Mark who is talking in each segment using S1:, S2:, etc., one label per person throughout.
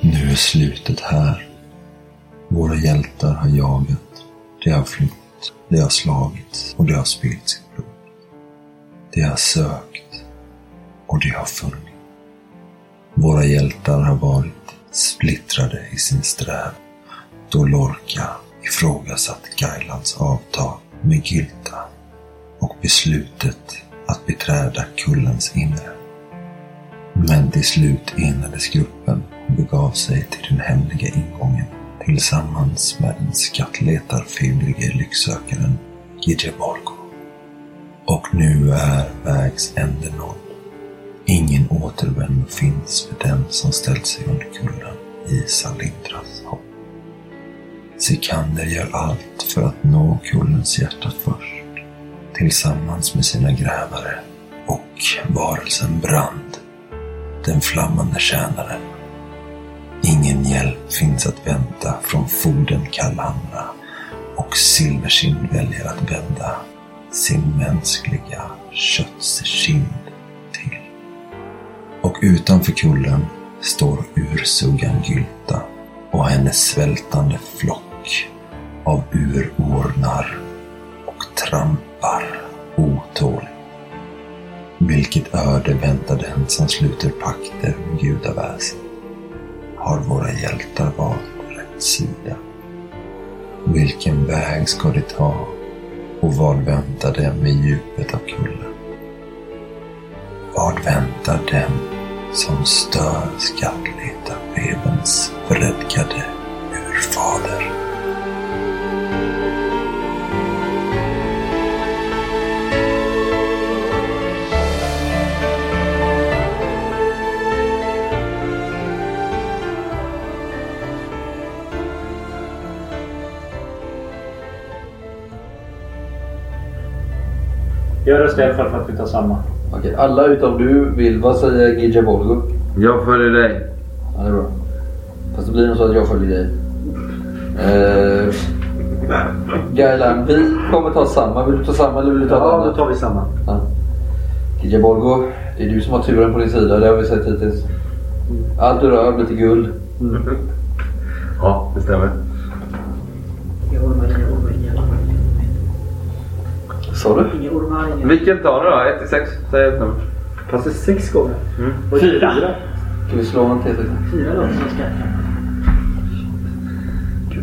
S1: är slutet här. Våra hjältar har jagat, de har flytt, de har slagit och de har spillt sitt blod. De har sökt och de har funnit. Våra hjältar har varit splittrade i sin strävan då Lorca ifrågasatt Gailands avtal med Gylta och beslutet att beträda kullens inre. Men till slut enades gruppen och begav sig till den hemliga ingången tillsammans med den skattletarfebrige lycksökaren Gidje Borgo. Och nu är vägs ände nådd. Ingen återvändo finns för den som ställt sig under kullen i Salindras hopp. Sikander gör allt för att nå kullens hjärta först, tillsammans med sina grävare och varelsen Brand, den flammande tjänaren. Ingen hjälp finns att vänta från fogden Kallhamra och Silversind väljer att vända sin mänskliga köttskind till. Och utanför kullen står ursuggan Gylta och hennes svältande flock av urornar och trampar otåligt. Vilket öde väntar den som sluter pakter med gudaväsen? Har våra hjältar valt rätt sida? Vilken väg ska de ta och vad väntar dem i djupet av kullen? Vad väntar dem som stör skattletarbevens vredgade urfader?
S2: Gör det Stefan för att vi tar samma.
S3: Okej, alla utom du vill. Vad säger Gidja Bolgo?
S4: Jag följer dig.
S3: Ja, det är bra. Fast det blir nog så att jag följer dig. Eh, Gailan, vi kommer ta samma. Vill du ta samma eller vill du ta
S5: Ja,
S3: ett
S5: då
S3: annat?
S5: tar vi samma.
S3: Ja. Gidja Bolgo, det är du som har turen på din sida. Det har vi sett hittills. Allt du rör blir till guld.
S4: Ja, det stämmer.
S6: Inga ormar, inga ormar, inga ormar.
S3: Sa du?
S6: Inga ormar, inga
S4: Vilken tar du då? 1 till 6? Säg ett
S5: Mm.
S4: nummer.
S5: Fast det är sex gånger.
S4: Mm.
S5: Och
S2: Fyra.
S3: Ska vi slå en t
S6: fyra låter som skrattar.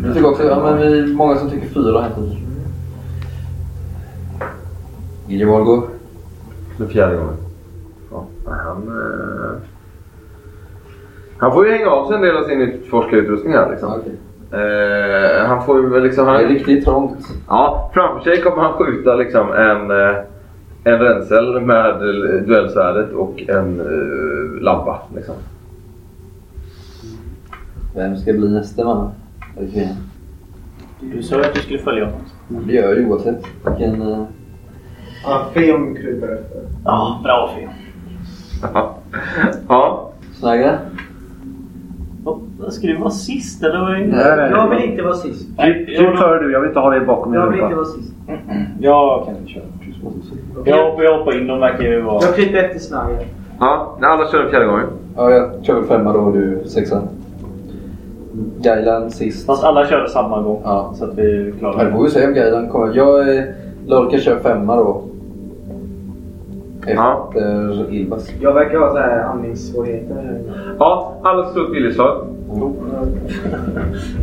S3: Jag tycker också, ja men vi är många som tycker fyra hittills. Gidja Bolgo,
S4: Den fjärde gången. Ja, han... Eh... Han får ju hänga av sig en del av sin utforskarutrustning här liksom. Eh, han får ju väl liksom...
S3: det är
S4: Han,
S3: riktigt trångt.
S4: ja, framför sig kommer han skjuta liksom en... Eh, en rensel med eh, duellsvärdet och en eh, lampa liksom.
S3: Vem ska bli nästa man? Eller kvinna?
S2: Du sa ju att du skulle följa honom.
S3: Det gör jag ju oavsett vilken... eh,
S5: Ja, Feon kryper efter.
S2: Ja, bra Finn.
S4: Ja.
S3: Snagga?
S2: Vad Ska du vara sist eller? Vad är...
S4: Nej, typ nej,
S6: Jag
S4: nej.
S6: vill inte vara sist.
S2: Nej,
S5: Kryp
S2: jag,
S5: före du, jag vill inte ha dig bakom
S6: Jag vill
S5: mig.
S6: inte vara sist.
S2: jag kan inte köra. Jag hoppar, jag hoppar in, de verkar ju vara...
S6: Jag kryper efter Snagger.
S4: Ja, nej, alla kör den fjärde gången.
S3: Ja, jag kör väl femma då och du sexa. Gailan sist.
S2: Fast alla körde samma gång.
S3: Ja.
S2: Så att vi
S3: Ja, det
S2: klarar det.
S3: får vi se om Gailan kommer. Jag... eh, Lorca kör femma då.
S4: Ja.
S3: Efter Ilvas.
S5: Jag verkar ha så här andningssvårigheter.
S4: Ja, alla slog ett viljeslag.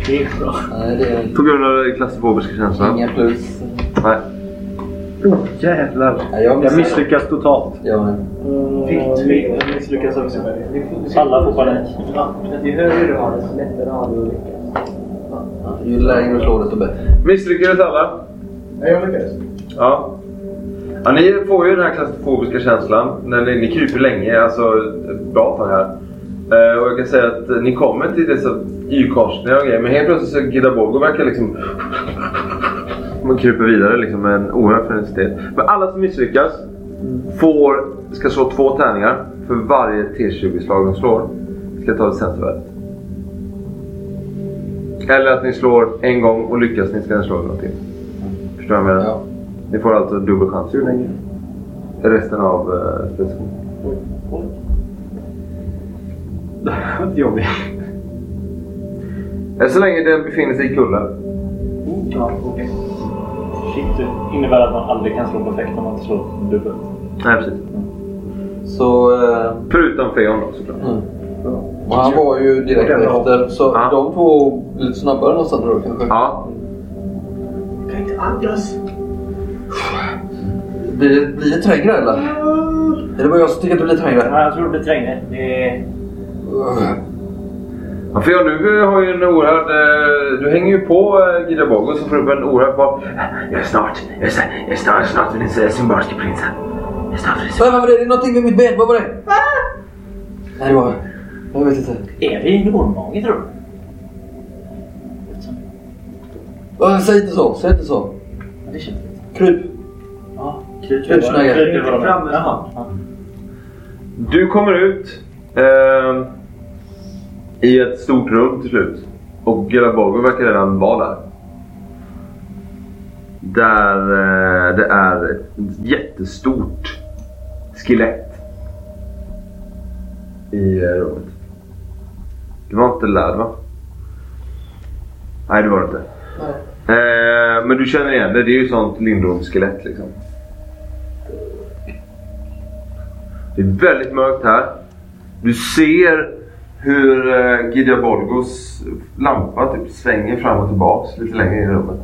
S2: Det är bra.
S3: Nej, det är
S4: På grund av klaustrofobiska känslan.
S3: inga plus.
S4: Nej.
S5: Åh jävlar.
S3: Nej, jag
S5: Jag
S3: misslyckas.
S5: misslyckas totalt.
S3: Ja, men.
S5: Fick
S2: Mm,
S5: tre.
S2: vi misslyckas också med det. Alla får panik.
S5: Ju högre du har desto lättare har du att lyckas.
S3: Ju lägre du slår desto bättre.
S4: Misslyckades alla?
S5: Nej, jag lyckades.
S4: Ja. ja. Ni får ju den här klaustrofobiska känslan. När ni, ni kryper länge, alltså ett bra tag här. Eh, och jag kan säga att eh, ni kommer till dessa Y-korsningar och grejer. Men helt plötsligt så Gidabogo verkar liksom... Man kryper vidare liksom med en oerhörd frenesitet. Men alla som misslyckas får, ska slå två tärningar för varje T20-slag de slår. Ska ta licenservärdet. Eller att ni slår en gång och lyckas ni ska ni slå en gång till. Förstår du vad jag menar?
S3: Ja.
S4: Ni får alltså dubbel chans. Hur länge? Resten av uh,
S5: Jobbigt.
S4: Eh, Så länge den befinner sig i kullen.
S2: Ja, okej. Shit, det innebär att man aldrig kan slå perfekt om man inte slår dubbelt.
S4: Nej, precis.
S3: Så... Eh,
S4: Förutom Feon då såklart.
S3: mm. Och han var ju direkt
S5: Den då.
S3: efter. Så
S4: Ja.
S3: de två lite snabbare någonstans då kanske.
S4: Ja.
S5: Kan inte andas.
S3: Blir, det- blir det trängre eller?
S2: Mm.
S3: Är det bara jag som tycker att det blir trängre?
S2: Nej, jag tror det blir trängre. Det är...
S3: Ugh.
S4: ja Feon, du eh, har ju en oerhörd... eh, Du hänger ju på eh, Gida Bogo så får du en oerhörd fart. Jag är snart, jag är snart, jag är snart, snart vid den sy- symbolske prinsen. Jag är snart vid den sy-
S3: Vad var det? Det är någonting med mitt ben. Vad var det? Nej, det var... Jag vet inte.
S2: Är vi i Nordmage, tror du?
S3: Åh, Säg inte så. Säg inte så.
S2: Ja, det känns lite.
S3: Kryp.
S2: Ja, kryp
S3: Kryp, snagga.
S2: över dem.
S6: Fram med
S2: Jaha. ja.
S4: Du kommer ut eh, i ett stort rum till slut. Och Gelabogo verkar redan vara där. Där eh, det är ett jättestort skelett i eh, rummet. Du var inte lärd va? Nej, det var du inte. Eh, men du känner igen det. Det är ju sånt Lindholm-skelett liksom. Det är väldigt mörkt här. Du ser hur eh, Gidea Borgos lampa typ svänger fram och tillbaks lite längre in i rummet.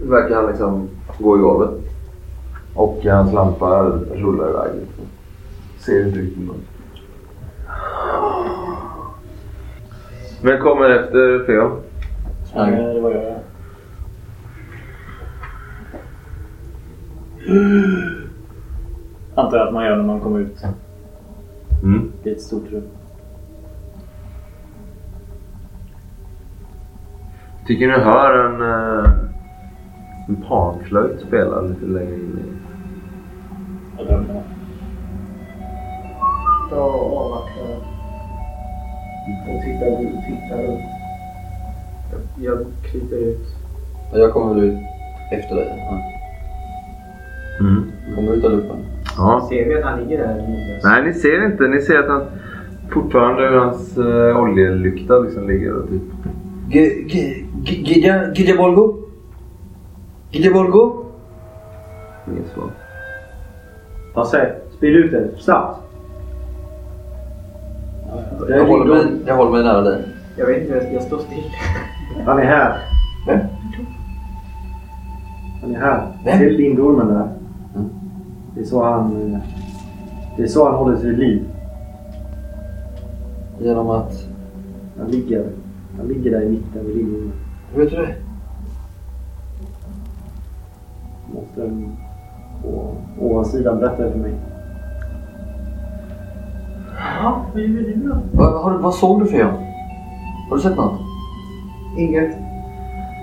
S4: Nu verkar han liksom gå i golvet. Och hans lampa rullar iväg. Liksom. Ser inte riktigt något. Vem kommer efter Feo?
S3: Snagga.
S2: Eh, Det var jag. Antar jag att man gör när man kommer ut
S4: Mm.
S2: i ett stort rum.
S4: Tycker ni hör en, eh, en panflöjt spela lite längre in i...
S2: Jag drömmer.
S5: Jag avvaktar. Och tittar, tittar upp.
S6: Jag kryper ut.
S3: Jag kommer väl ut efter dig. Kommer ut allihopa.
S4: Ja.
S6: Ser vi att han ligger där?
S4: Nej, ni ser inte. Ni ser att han fortfarande hur hans eh, oljelykta liksom ligger och typ...
S3: G- G- G- Gidja Gidja Bolgo? Gidja Bolgo?
S4: Inget svar.
S5: Lasse, spill ut det. Snabbt. Det
S3: Jag
S5: är
S3: håller
S5: Lindholm.
S3: mig, jag håller mig nära dig.
S6: Jag vet inte, jag står still.
S5: Han är här.
S3: Vem?
S5: Han är här.
S3: Vem?
S5: Det är lindormen där.
S3: Mm.
S5: Det är så han... eh, Det är så han håller sig vid liv.
S3: Genom att...
S5: Han ligger, han ligger där i mitten vid lindormen.
S3: Vet du det?
S5: Måste den på ovansidan berätta det för mig.
S6: Jaha, vad gör du då?
S3: Vad, har, du- vad såg du för jag? Har du sett något?
S6: Inget.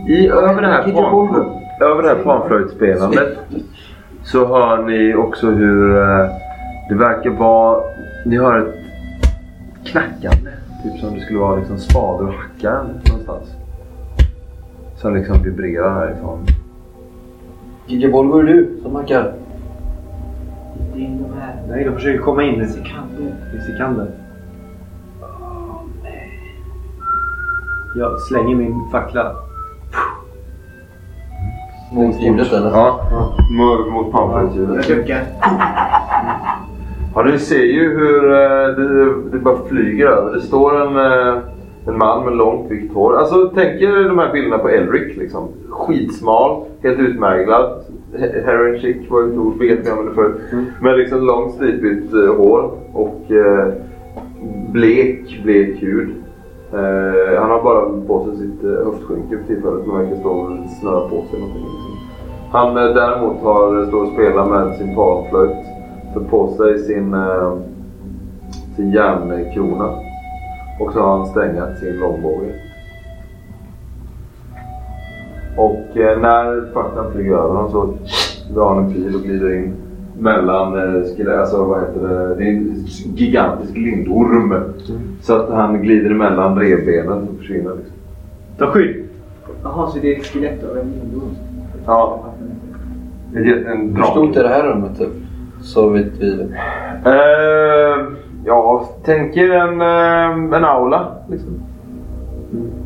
S4: I, över det här
S3: Gidja
S4: panflöjt...
S3: Bolgo?
S4: över det här panflöjtspelandet så hör ni också hur eh, det verkar vara... Ni hör ett knackande. Typ som det skulle vara liksom spader och hackar någonstans. Som liksom vibrerar härifrån.
S3: Gidja Bolgo är du som hackar.
S6: Det är de här
S5: Nej, de försöker komma in i
S6: sekanderna.
S5: Sikander. Jag slänger min fackla.
S3: Mot ljudet eller?
S4: Ja, mot, mot
S6: Jag
S4: pamfletljudet.
S6: duckar.
S4: Ja, ni ser ju hur eh, det, det bara flyger över. Det står en, eh, en man med långt vitt hår. Alltså, tänk er de här bilderna på Elric. Liksom. Skitsmal, helt utmärglad. He- Heroin chic var ett ord, vilket vi använde förut. Men liksom långt strypigt eh, hår och eh, blek, blek hud. Eh, han har bara på sig sitt eh, höftskynke för tillfället men verkar stå och snöra på sig någonting. Liksom. Han eh, däremot har, står och spelar med sin panflöjt. För på sig sin, eh, sin järnkrona. Och så har han stängat sin långbåge. Och eh, när faktan flyger över honom så drar han en pil och glider in mellan, eh, skele- alltså vad heter det, det är en gigantisk lindorm. Så att han glider emellan revbenen och försvinner. Liksom.
S5: Ta skydd!
S6: Jaha, så det är ett skelett av en lindorm?
S4: Ja. En, jätte- en
S3: Hur stort är
S4: drake.
S3: det här rummet typ? Så vet vi.
S4: Eh, ja, tänker en, eh, en aula. Liksom.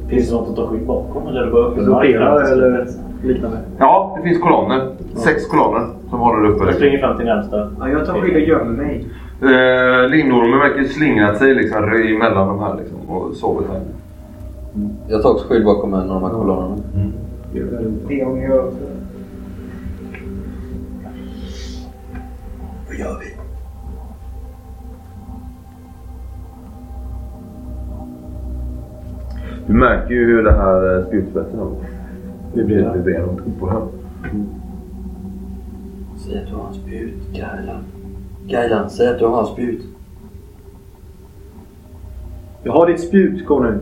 S2: Finns det något att ta skydd bakom? Eller är det bara öppen mark?
S5: Pelare eller liknande.
S4: Ja, det finns kolonner. Sex kolonner som håller uppe.
S2: Jag springer fram till närmsta.
S6: Ja, jag tar skydd och gömmer mig.
S4: Eh, Lindormen verkar slingrat sig liksom, rö- mellan de här liksom, och sover här.
S3: Jag tar också skydd bakom en av de här kolonnerna.
S6: Det om jag...
S1: Vad gör vi?
S4: Du märker ju hur det här eh, spjutspetsen har
S5: Det blir det.
S4: blir någonting på den.
S3: Säg att du har en spjut, Gailan. Gailan, säg att du har en spjut.
S5: Jag har ditt spjut, gå nu.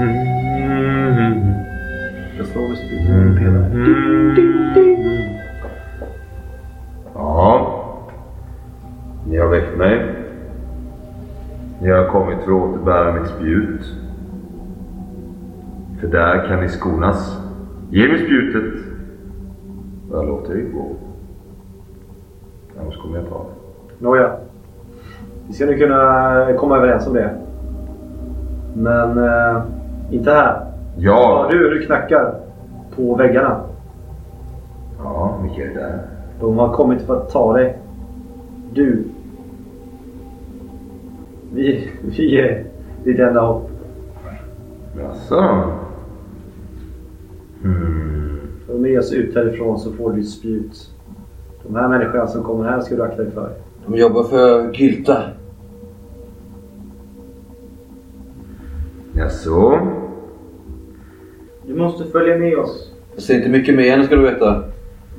S4: Mm-hmm.
S5: Jag slår med spjutet med
S4: Mm.
S5: en pelare.
S4: Ja. Ni har väckt mig. Ni har kommit för att återbära mitt spjut. För där kan ni skonas. Ge mig spjutet. Och jag låter er gå. Annars kommer jag ta det.
S5: Nåja. Vi ska nu kunna komma överens om det. Men eh, inte här. Ja,
S4: Ja.
S5: du, du knackar på väggarna.
S4: Ja, vilka är det där?
S5: De har kommit för att ta dig. Du. Vi, vi är ditt enda hopp.
S4: Jaså? Hmm.
S5: Följ med oss ut härifrån så får du ditt spjut. De här människorna som kommer här ska du akta dig för.
S3: De jobbar för Gylta.
S4: Jaså?
S6: Du måste följa med oss.
S3: Jag ser inte mycket med henne ska du veta.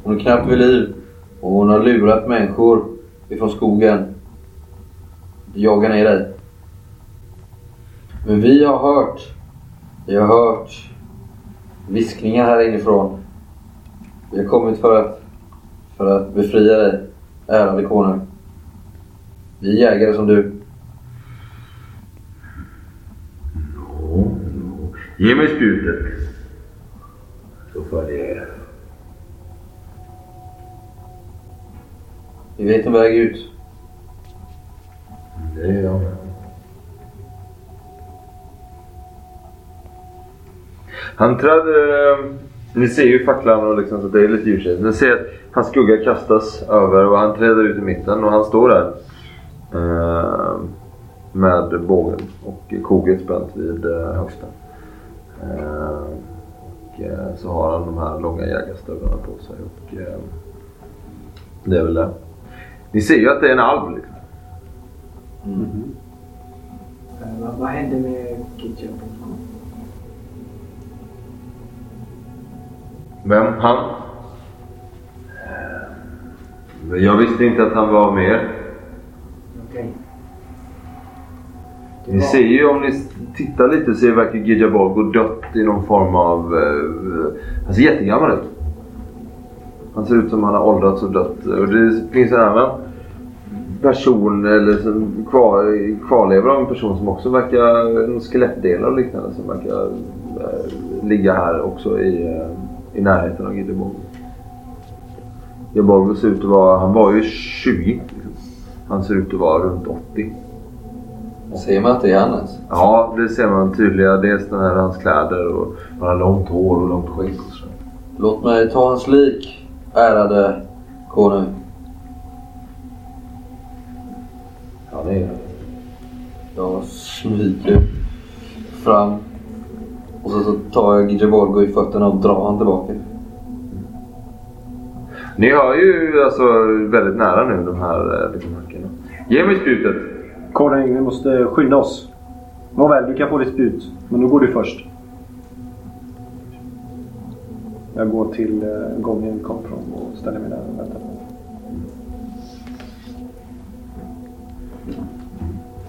S3: Hon är knappt vid liv. Och hon har lurat människor ifrån skogen. Jagar ner dig. Men vi har hört. Vi har hört viskningar här inifrån. Vi har kommit för att, för att befria dig, ärade konung. Vi är jägare som du.
S4: Nå, nå. Ge mig spjutet. Så följer jag er.
S3: Vi vet en väg ut.
S4: Det är jag med. Han trädde... Ni ser ju facklan och liksom, så det är lite ljuskänsligt. Ni ser att hans skugga kastas över och han träder ut i mitten och han står där. eh, med bågen och koget spänt vid eh, höften. Eh, och eh, så har han de här långa jägarstövlarna på sig och eh, det är väl det. Ni ser ju att det är en alv liksom.
S6: Eh, vad, vad hände med Kitchen?
S4: Vem? Han? Eh, Jag visste inte att han var med er.
S6: Okej. Det
S4: Ni
S6: var-
S4: ser ju om ni s- tittar lite så verkar Gidja Borg gå dött i någon form av... eh, Han ser jättegammal ut. Han ser ut som han har åldrats och dött. Och det finns även person eller som kvar, kvarlever av en person som också verkar... någon Skelettdelar och liknande som verkar eh, ligga här också i, eh, i närheten av Gidja Borg. Gidja Borg ser ut att vara... Han var ju 20. liksom. Han ser ut att vara runt 80.
S3: Ser man att det är han ens?
S4: Ja, det ser man tydliga. Dels den här, hans kläder och han har långt hår och långt skägg och så.
S3: Låt mig ta hans lik, ärade konung.
S4: Ja, det är
S3: Jag smyger fram. Och så, så tar jag Gijevolgo i fötterna och drar han tillbaka.
S4: Ni hör ju alltså väldigt nära nu de här eh, liksom, hackorna. Ge mig spjutet!
S5: Konung, vi måste skynda oss. Nåväl, du kan få ditt spjut. Men då går du först. Jag går till eh, gången kom från och ställer mig där och väntar.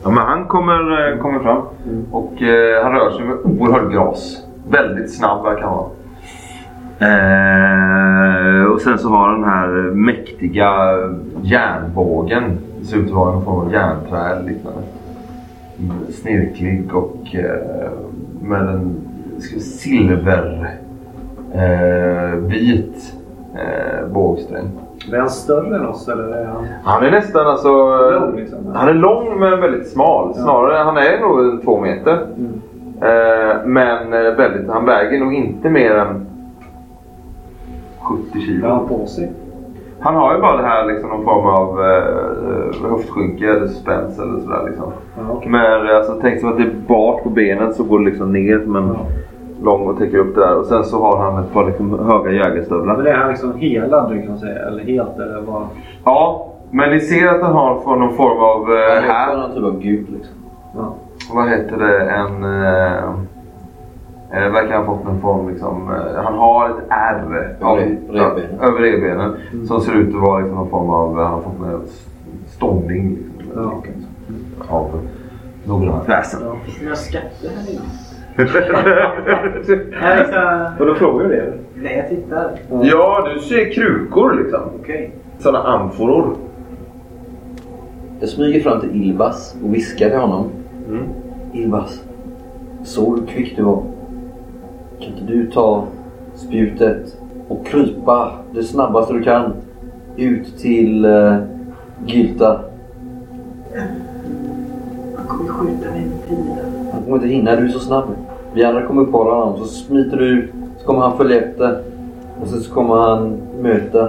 S4: Ja, men han kommer, eh, kommer fram och eh, han rör sig med oerhörd gras. Väldigt snabb verkar han vara. Eh, och sen så har han den här mäktiga järnbågen. Det ser ut att vara en form av järnträ eller liknande. Snirklig och eh, med en ska vi, silver eh, vit eh, bågsträng.
S5: Är han större än oss eller? Är han
S4: Han är nästan alltså...
S5: lång liksom?
S4: Han är lång men väldigt smal. Snarare, han är nog en två meter.
S5: Mm.
S4: Eh, men eh, väldigt, han väger nog inte mer än 70 kilo.
S5: Vad har han på sig?
S4: Han har ju bara det här liksom någon form av eh, höftskynke eller spänst eller sådär liksom.
S5: Ja, okej.
S4: Men eh, alltså, tänk som att det är bart på benen så går det liksom ner som en
S5: Ja.
S4: lång och täcker upp det där. Och sen så har han ett par liksom, höga jägarstövlar.
S5: Men är han liksom helad du kan säga? Eller helt eller vad?
S4: Ja, men ni ser att han har fått någon form av eh,
S3: Han är
S4: här.
S3: någon typ av gud liksom.
S5: Ja.
S4: Vad heter det? En... Eh, eh, verkar ha fått någon form liksom... Eh, han har ett ärr.
S3: Över
S4: om-
S3: revbenen.
S4: Över revbenen.
S5: Mm.
S4: Som ser ut att vara liksom, någon form av... Han har fått en ståndning. Liksom,
S5: Ja, Mm. okej.
S4: Av några väsen.
S6: Finns det några skatter här inne? Jag
S4: Ja.
S6: liksom...
S5: Och då frågar du det?
S6: Nej, jag tittar.
S4: ja, du ser krukor liksom.
S6: Okej.
S4: Sådana amforor.
S3: Jag smyger fram till Ilvas och viskar till honom.
S4: Mm.
S3: Ilvas, såg du kvick du var? Kan inte du ta spjutet och krypa det snabbaste du kan ut till uh, Gylta?
S6: Han kommer skjuta mig med pilen.
S3: Han kommer inte hinna, du är så snabb. Vi andra kommer uppehålla honom, så smiter du ut, så kommer han följa efter. Och sen så kommer han möta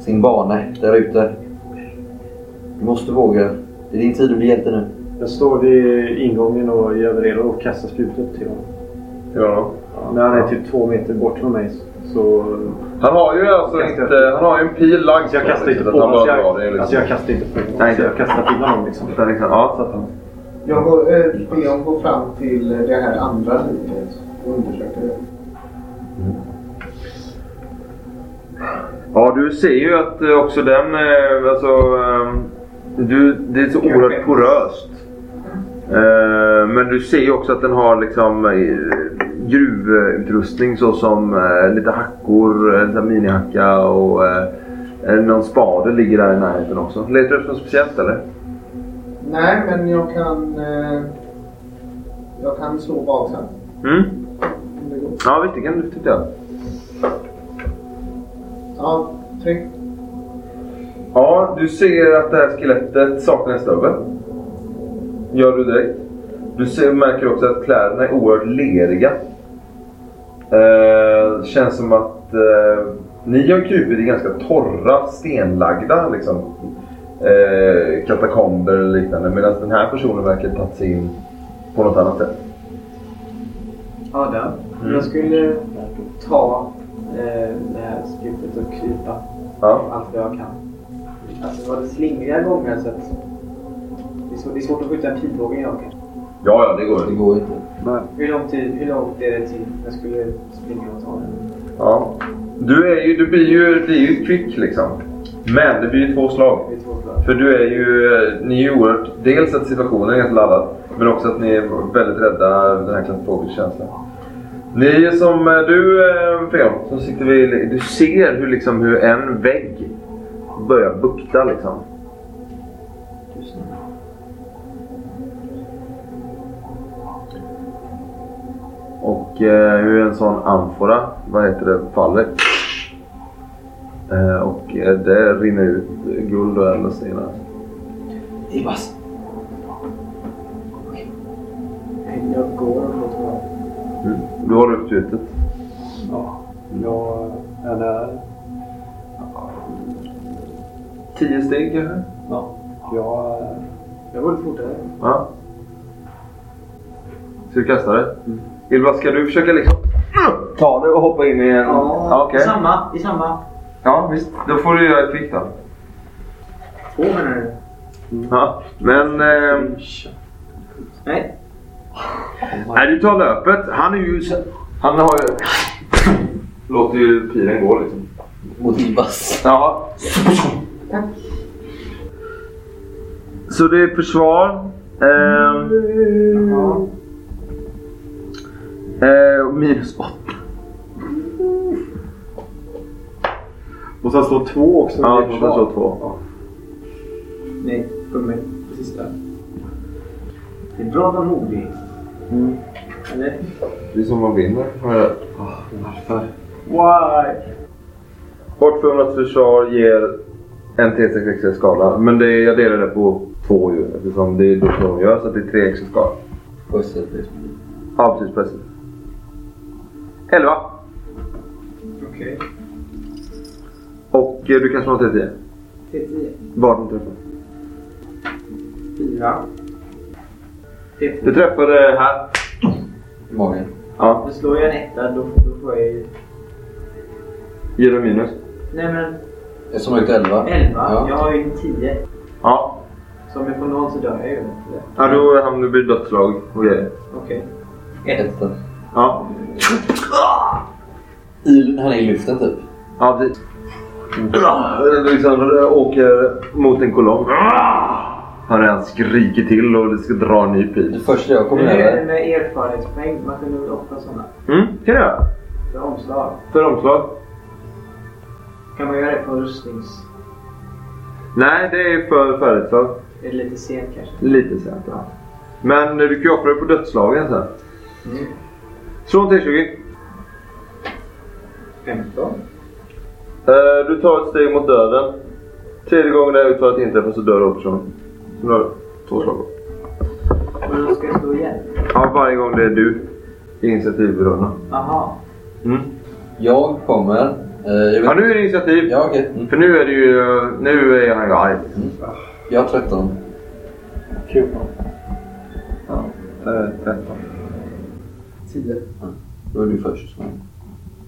S3: sin bane där ute. Du måste våga. Det är din tid att bli hjälte nu.
S5: Jag står vid ingången och gör mig redo och kastar spjutet till honom.
S4: Ja.
S5: När han är typ två meter bort från mig så...
S4: Han har ju alltså
S5: Jag kastar-
S4: inte... Han har ju en pil lagd.
S5: Alltså jag kastar inte på
S4: honom.
S5: honom.
S4: Han
S5: Alltså
S4: bara drar det
S5: jag, alltså
S4: liksom.
S5: jag kastar inte på honom.
S4: Nej,
S5: Alltså jag
S4: inte.
S5: kastar till honom liksom.
S4: Utan liksom, ja.
S5: Så att han...
S7: Jag går, eh, Leon går fram till
S6: eh,
S7: det här andra liket och undersöker det.
S4: Ja, du ser ju att eh, också den... eh, Alltså, eh, du, det är så oerhört poröst. Eh, Men du ser ju också att den har liksom eh, gruvutrustning såsom eh, lite hackor, eh, lite minihacka och eh, eh, någon spade ligger där i närheten också. Letar du efter något speciellt eller?
S7: Nej, men jag kan... Eh, jag kan slå baksen.
S4: Mm.
S7: om det går.
S4: Ja, visst det kan du titta. göra.
S7: Ja, tre.
S4: Ja, du ser att det här skelettet saknar en stövel. Gör du direkt. Du ser, märker också att kläderna är oerhört leriga. Eh, känns som att eh, ni har krupit i ganska torra, stenlagda liksom, eh, katakomber eller liknande. Medan den här personen verkar ha tagit sig in på något annat sätt.
S6: Adam, om jag skulle ta eh, det här spjutet och krypa
S4: Ja.
S6: allt vad jag kan. Alltså var det slingriga gånger så att... Det är, svårt, det är svårt att skjuta en pilbåge idag kanske.
S4: ja, ja, det går.
S3: Det går inte.
S6: Hur lång tid, hur långt är det till jag skulle springa och ta den?
S4: Ja. Du, är ju, du blir ju, blir ju kvick liksom. Men det blir ju två slag.
S6: Det är två slag.
S4: För du är ju, ni är ju oerhört, dels att situationen är ganska laddad, men också att ni är väldigt rädda över den här klaustrofobiska-känslan. Ni är som eh, du eh, Feon, som sitter vid, du ser hur, liksom, hur en vägg börjar bukta liksom. Och eh, hur en sån amfora, vad heter det, faller. Eh, och eh, det rinner ut guld och ädla stenar.
S3: Ibas,
S6: Jag går och låter vara.
S4: Mm. Du håller upp spjutet.
S5: Ja. Jag är där.
S4: Tio steg kanske?
S5: Ja. Jag...
S6: Jag går lite fortare.
S4: Ja. Så du kastar det? Ylva, Mm. ska du försöka liksom ta det och hoppa in i en... Ja, okej.
S6: samma, i samma.
S4: Ja, visst. Då får du göra ett kvick då.
S6: Två menar du?
S4: Ja. Men... Eh,
S6: Nej.
S4: nej, du tar löpet. Han är ju... så- Han har ju... Låter ju pilen gå liksom.
S3: mot Ibas.
S4: Ja. Så det är försvar. Ehm,
S6: Ja.
S4: eh, och minus åtta.
S5: Och sen står två också.
S4: Ja,
S5: Det är
S4: det
S5: bra.
S4: så två.
S6: Nej, kom med på sista. Det är bra att vara modig. Mm. Eller?
S4: Det är som man vinner.
S5: Why?
S4: Bortfumlat försvar ger en T6 extra i skada. Men det, jag delar det på två ju. Eftersom det är då som hon gör så att det är tre extra skada.
S3: Pussel, precis.
S4: Ja precis, precis. Elva.
S6: Okej.
S4: Och eh, du kan slå en T10.
S6: T10.
S4: Vad de träffar.
S6: 4.
S4: Du
S6: T2.
S4: träffade här.
S3: I magen.
S4: Ja.
S6: Men slår jag en etta då, då får jag ju...
S4: Ger du minus?
S6: Nej men
S3: Eftersom jag har gjort 11.
S6: 11.
S3: Ja.
S6: Jag har ju en 10.
S4: Ja.
S6: Så om jag får noll så dör jag ju. inte.
S4: Ja då hamnar du i dödslag och grejer.
S6: Okej. Ett.
S3: Etta.
S4: Ja.
S3: I, han är i luften typ.
S4: Ja precis. Du liksom åker mot en kolonn. Han redan skriker till och det ska dra en ny
S3: Det
S4: pil.
S3: första jag kommer
S6: Men nu är det
S3: över.
S6: med erfarenhetspoäng. Man kunde väl offra sådana.
S4: Mm, kan du göra.
S6: För omslag.
S4: För omslag.
S6: Kan man göra det på rustnings...
S4: Nej, det är för företag.
S6: Är det lite sent kanske?
S4: Lite sent. ja. Men du kan ju offra det på dödslagen sen.
S6: Mm.
S4: Slå en T20.
S6: 15.
S4: Eh, Du tar ett steg mot döden. Tredje gången det här uttalet inträffar så dör du också. Så nu har du två slag.
S6: Och då ska jag slå igen.
S4: Ja, varje gång det är du i initiativrundan.
S6: Aha.
S4: Mm.
S3: Jag kommer. Eh, jag,
S4: Ja,
S3: vet,
S4: nu är det initiativ.
S3: ja, okej. mm.
S4: För nu är det ju... Nu är han ju arg.
S3: jag har 13.
S2: Kul.
S4: Eh, 13.
S6: 10.
S3: Då är du först. Ja.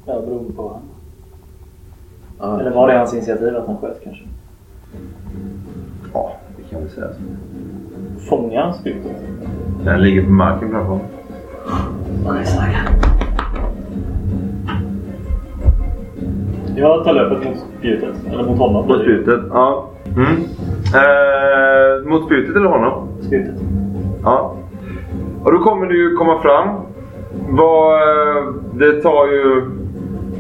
S2: Ja, beroende på han.
S3: Ja.
S2: Eller var det hans initiativ att han sköt kanske?
S4: Ja, det kan vi säga.
S2: Fånga han spjutet?
S4: Den ligger på marken framför honom.
S2: Jag tar löpet mot spjutet. Eller mot honom.
S4: Mot spjutet? Ja. Mm. Eh, mot spjutet eller honom?
S2: Spjutet.
S4: Ja. Och då kommer du ju komma fram. Vad, eh, det tar ju...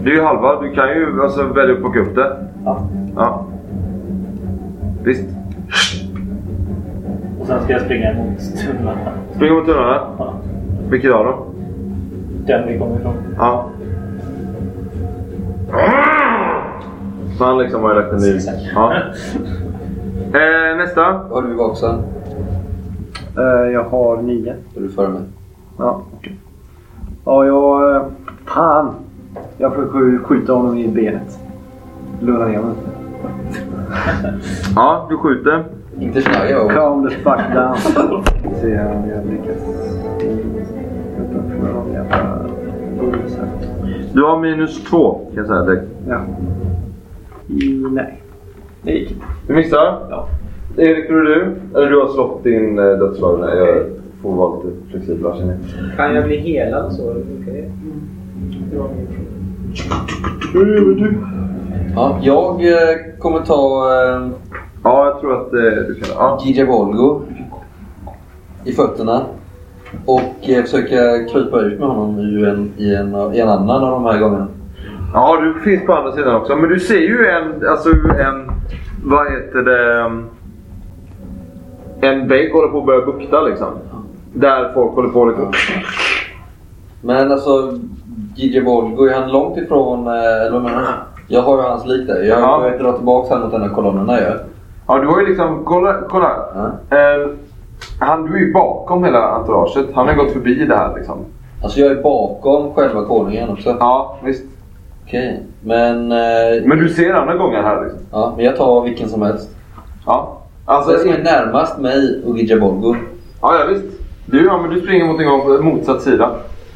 S4: Det är ju halva. Du kan ju alltså, välja att plocka upp det.
S2: Ja.
S4: Ja. Visst.
S2: Och sen ska jag springa mot tunnlarna.
S4: Spring mot tunnlarna.
S2: Ja.
S4: Vilket av dem?
S2: Den vi kommer ifrån.
S4: Ja. Så han liksom har ju lagt en ny... Ja. Eh, nästa.
S3: Har du vaxan?
S5: Eh, Jag har nio.
S3: Är du före mig?
S5: Ja, okej. Ja, jag... eh, Fan! Jag försöker skjuta honom i benet. Lugna ner honom.
S4: Ja, du skjuter.
S3: Inte Schneier va?
S5: Calm the fuck down. Ska se om jag lyckas. Vänta, får jag någon jävla bonus här?
S4: Du har minus två kan jag säga direkt.
S5: Ja. I- Nej. Det gick inte.
S4: Du missar?
S5: Ja.
S4: Erik, tror du? Eller du har slått din eh, dödslag? Nej, jag får vara lite flexibel här känner jag.
S6: Kan jag bli helad och så? Hur funkar det? Det var min fråga.
S3: Ja, jag eh, kommer ta eh,
S4: Ja, jag tror att eh, du kan ja.
S3: Gigi Volgo i fötterna och eh, försöka krypa ut med honom i en, i, en, i en annan av de här gångerna.
S4: ja, du finns på andra sidan också. Men du ser ju en, alltså en, vad heter det? um, En bäck håller på att börja bukta liksom. Där folk håller på liksom.
S3: Men alltså, Gigi Volgo, är han långt ifrån... eh, Eller vad menar du? Jag har ju hans lik där. Jag
S4: Ja.
S3: behöver dra tillbaka han mot den här kolonnerna jag.
S4: Ja, du har ju liksom, kolla, kolla.
S3: Ja.
S4: Eh, han, du är ju bakom hela entouraget. Han har gått förbi det här liksom.
S3: Alltså jag är bakom själva konungen också.
S4: Ja, visst.
S3: Okej. Men, eh,
S4: Men du ser andra gånger här liksom.
S3: ja, men jag tar vilken som helst.
S4: Ja.
S3: Alltså,
S4: Alltså,
S3: det som är
S4: ja,
S3: närmast mig och Gigi Volgo.
S4: ja visst. Du, ja, men du springer mot en gång på motsatt sida.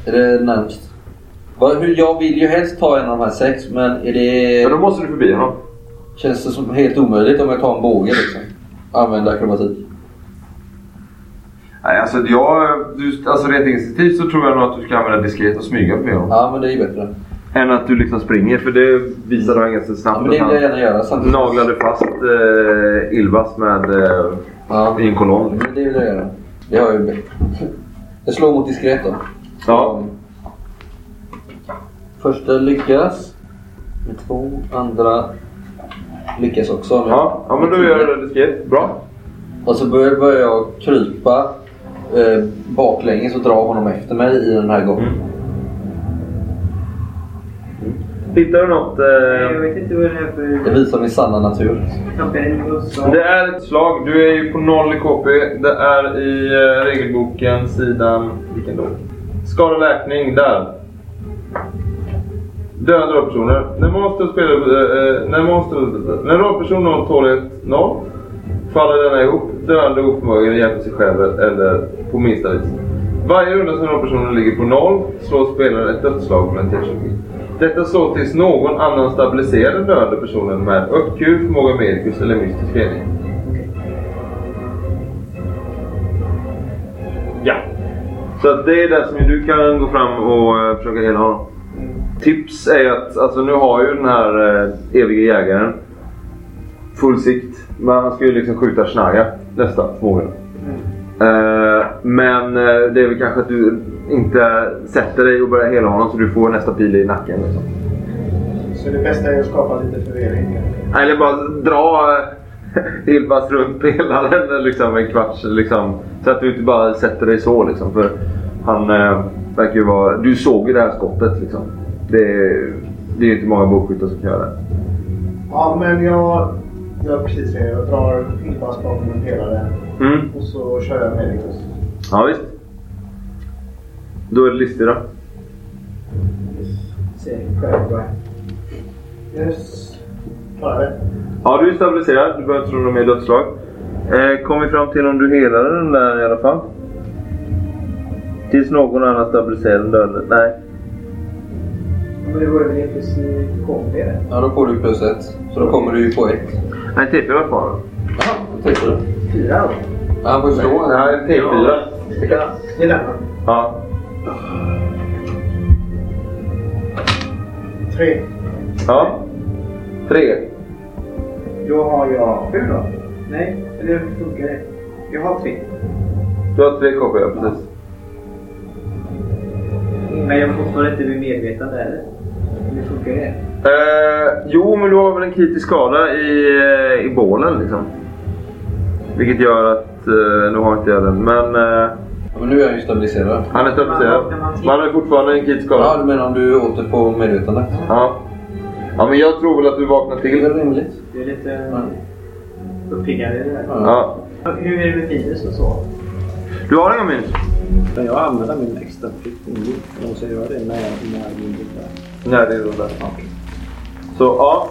S3: Är det närmst? Va, hur, jag vill ju helst ta en av de här sex men är det...
S4: Men då måste du förbi honom.
S3: Känns det som helt omöjligt om jag tar en båge liksom? Använda akrobatik.
S4: Nej, alltså, jag, du, alltså rent instinktivt så tror jag nog att du ska använda diskret och smyga förbi honom.
S3: Ja men det är ju bättre.
S4: Än att du liksom springer, för det visade han ganska
S3: Ja,
S4: snabbt
S3: men det vill jag
S4: att
S3: gärna göra
S4: han
S3: samtidigt.
S4: naglade fast eh, Ilvas med, eh,
S3: Ja,
S4: i en kolonn.
S3: men det vill jag göra. Det har jag ju bättre. Jag slår mot diskret då.
S4: Ja.
S3: Första lyckas. Med två. Andra lyckas också. Men-
S4: Ja, ja, men då gör du det diskret. Bra.
S3: Och så börjar, börjar jag krypa eh, baklänges och dra honom efter mig i den här gången.
S4: Hittar du något?
S6: Jag
S4: Eh,
S6: vet inte vad det är
S3: Jag
S6: för
S3: visar min sanna natur.
S6: kapellus.
S4: det är ett slag. Du är ju på noll i KP. Det är i eh, regelboken sidan... Vilken då? Skada och läkning, där. Döda rollpersoner. När monster spelar... eh, eh, När monster... När rollperson har tålighet 0 faller denna ihop, döende och oförmögen att hjälpa sig själv eller på minsta vis. Varje runda som rollpersonen ligger på 0 slår spelaren ett dödsslag med en T20. Detta slås tills någon annan stabiliserar den döende personen med örtkur, förmåga medicus eller mystisk rening. Ja. Så att det är det som du kan gå fram och eh, försöka hela honom. Tips är att alltså, nu har ju den här eh, evige jägaren full sikt. Men han ska ju liksom skjuta Schneier nästa förmodligen. Eh, men eh, det är väl kanske att du inte sätter dig och börjar hela honom så du får nästa pil i nacken. Liksom.
S7: Så det bästa är att skapa lite förvirring.
S4: Eller bara dra eh, Ilvas runt pelaren liksom en kvarts. Liksom, så att du inte bara sätter dig så liksom. För han eh, verkar ju vara... Du såg ju det här skottet liksom. Det, det är ju inte många bokskyttar som kan göra det.
S7: Ja, men jag gör precis det. Jag drar Ilvas bakom en pelare
S4: Mm.
S7: och så kör jag Medicus.
S4: Ja visst. Då är det listig då.
S6: Säg själva.
S7: Yes. Klarar det.
S4: Ja, du är stabiliserad. Du behöver inte slå några mer dödslag. Eh, kom vi fram till om du helade den där i alla fall? Tills någon annan stabiliserar den döden. Nej.
S6: Men det vore väl helt plus i KP det?
S3: Ja, då får du plus ett. Så då kommer du ju på ett.
S4: Nej, TP var kvar.
S3: Jaha, då tänkte du.
S6: Fyra då?
S3: Ja, han får ju slå.
S4: Nej, T4.
S6: Ja, det lämnar
S4: Ja.
S7: Tre.
S4: Ja. Tre.
S6: Då har jag sju då? Nej, eller hur funkar det? Jag har tre.
S4: Du har tre KP, ja precis. Mm.
S6: Men jag får fortfarande inte bli medvetande eller? Hur funkar det?
S4: Eh, jo, men du har väl en kritisk skada i, eh, i bålen liksom. Vilket gör att, eh, nu har inte jag den, men eh,
S3: Ja, men nu är han ju stabiliserad.
S4: han är stabiliserad. Man har ju fortfarande en kritisk skada.
S3: Ja, du menar om du är åter på medvetande?
S4: Ja. Ja, men jag tror väl att du vaknar
S3: Det är
S4: till.
S3: väl rimligt?
S6: Du är
S3: Ja.
S6: lite eh, uppiggad i det där.
S4: Ja.
S6: Hur är det med virus och så?
S4: Du har inga minus?
S5: Kan jag använda min extra flyktingbil? Jag måste göra det när jag när min bil är.
S4: Nej, det är runt där. Så, ja.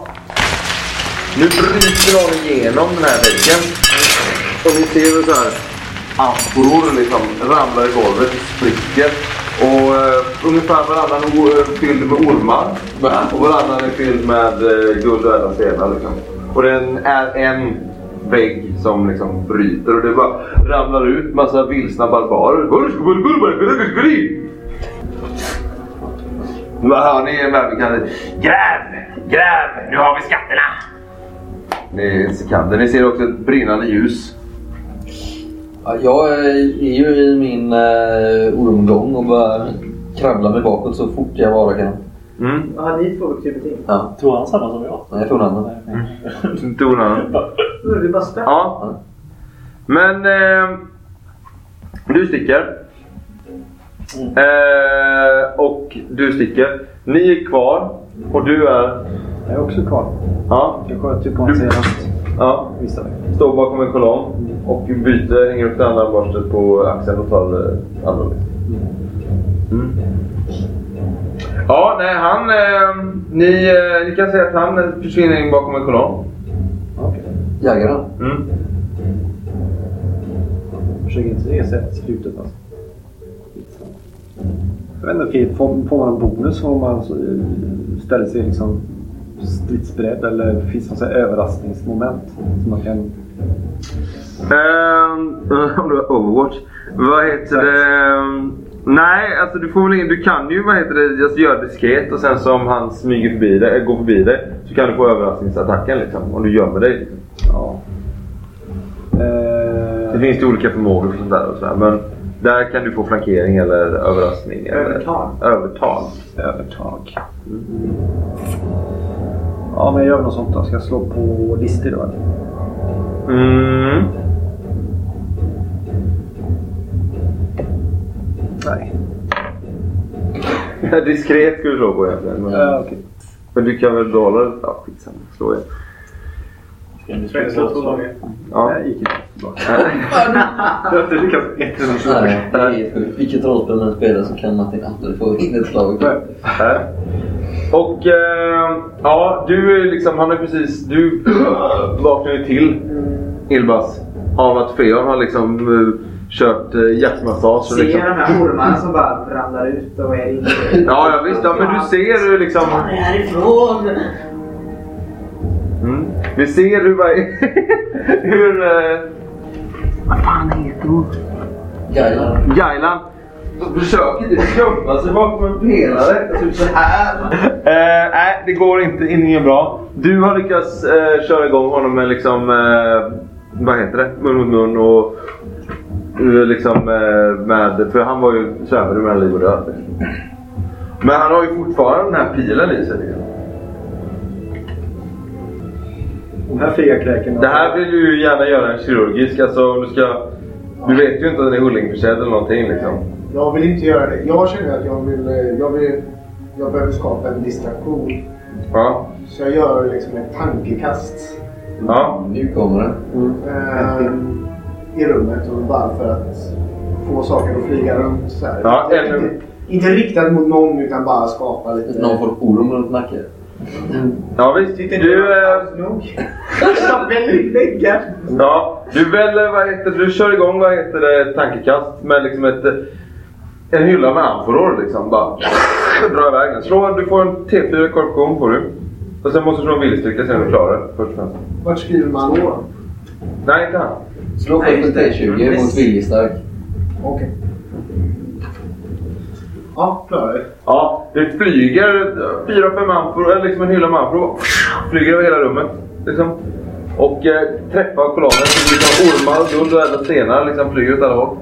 S4: Nu bryter de igenom den här väggen. Och vi ser hur så här apporor liksom ramlar i golvet, spricker. Och eh, ungefär varannan o- är fylld med ormar. Och varannan är fylld med eh, guld och ädla stenar liksom. Och den är en vägg som liksom bryter och det bara ramlar ut massa vilsna barbarer. Nu hör ni en välbekant Gräv! Gräv! Nu har vi skatterna! Ni ser kanten. Ni ser också ett brinnande ljus.
S3: Ja, jag är ju i min eh, ormgång och bara kravlar mig bakåt så fort jag bara kan.
S4: Mm.
S6: Ja, ni två typ kryper till.
S3: Ja.
S2: Tror han samma som jag?
S3: Nej, jag tror någon annan.
S4: Tonan.
S6: Då är det bara straff.
S4: Ja. Men... Eh, du sticker. Eh, och du sticker. Ni är kvar. Och du är...
S5: Jag är också kvar.
S4: Ja.
S5: Jag sköt ju på honom senast.
S4: ja.
S5: Visst det.
S4: Står bakom en kolonn och byter, hänger upp det andra borstet på axeln och tar eh, andra liksom. mm. Ja, nej han... Eh, ni, eh, ni kan säga att han eh, försvinner in bakom en kolonn.
S5: Okej.
S3: Jägaren?
S4: Mm.
S5: Försök inte ersätta slutet alltså. Jag vet inte, får, får man en bonus om man eh, ställer sig liksom stridsberedd eller finns det något så här överraskningsmoment? Som man kan...
S4: Ehm, Om du har Overwatch. Vad heter det? Ehm, Nej, alltså du får väl ingen, Du kan ju vad heter det, alltså, göra diskret och sen som han smyger förbi dig, eller går förbi dig så kan du få överraskningsattacken liksom. Om du gömmer dig. Liksom.
S5: Ja. Eh,
S4: Det finns ju olika förmågor och sånt där och sådär. Men där kan du få flankering eller överraskning. Eller
S6: Övertag.
S4: Övertal.
S5: övertag. Ja, men jag gör något sånt då. Ska jag slå på listor då? eller?
S4: Mm.
S5: Nej.
S4: Diskret skulle du slå på egentligen. Men...
S5: Ja, okej.
S4: Men Men du kan väl behålla det? Ja, skitsamma. Slå igen.
S2: Fängsla två dagar.
S4: Ja.
S5: Nej, gick inte så bra.
S2: Du har inte lyckats med ett enda slag.
S3: Nej, det är helt sjukt. Vilket rollspel man spelar så kan Martin aldrig få in ett slag.
S4: Här. Och eh, ja, du är liksom, han är precis, du vaknar ju till Ilbas av att Freon har liksom eh, kört eh, hjärtmassage. Och
S6: Ser
S4: liksom.
S6: de här ormarna som bara ramlar ut och eld?
S4: Ja, ja visst. Ja, men du ser hur liksom...
S6: Ta mig härifrån!
S4: Mm. Vi ser hur... Bara, hur eh,
S3: Gailar.
S4: Jailan försöker typ gömma sig bakom en pelare. Typ så här. Eh, nej, det går inte. Inget bra. Du har lyckats eh, köra igång honom med liksom... Eh, vad heter det? Mun mot mun och... eh, Liksom eh, med... För han var ju svävade mellan liv och död. Men han har ju fortfarande den här pilen i sig. liksom.
S5: De här fria kräken.
S4: Det här vill du ju gärna göra en kirurgisk. Alltså om du ska... Du vet ju inte att den är hullingförsedd eller någonting liksom.
S7: Jag vill inte göra det. Jag känner att jag vill... eh, Jag, vill, jag behöver skapa en distraktion.
S4: Ja.
S7: Så jag gör liksom ett tankekast.
S4: Ja.
S3: Nu kommer det.
S5: Mm.
S7: ehm, i rummet och bara för att få saker att flyga runt. Så här.
S4: Ja,
S7: inte,
S4: eller-
S7: inte, inte riktat mot någon utan bara skapa lite...
S3: Någon får orm runt nacken.
S4: Ja visst. Du... Eh,
S7: Nog. Jag vill lägga.
S4: Ja, du väl, eh, vad heter det, du kör igång vad heter det, tankekast med liksom ett, en hylla med amforor liksom. Bara dra iväg den. Slå, du får en T4 korruption får du. Och sen måste du slå en viljestyrka sen är du klar eh, först och främst.
S7: Vart skriver man då?
S4: Nej, inte han.
S3: Slå
S6: Nej,
S3: först en
S6: just det.
S3: T20 mot
S6: Yes.
S3: viljestark.
S7: Okej. Ja, klarar det.
S4: Ja, det flyger fyra, fem amforor, eller liksom en hylla med amforor. Flyger över hela rummet. Liksom. Och eh, träffar kolonnen. Så Liksom ormar, guld och även stenar liksom flyger åt alla håll.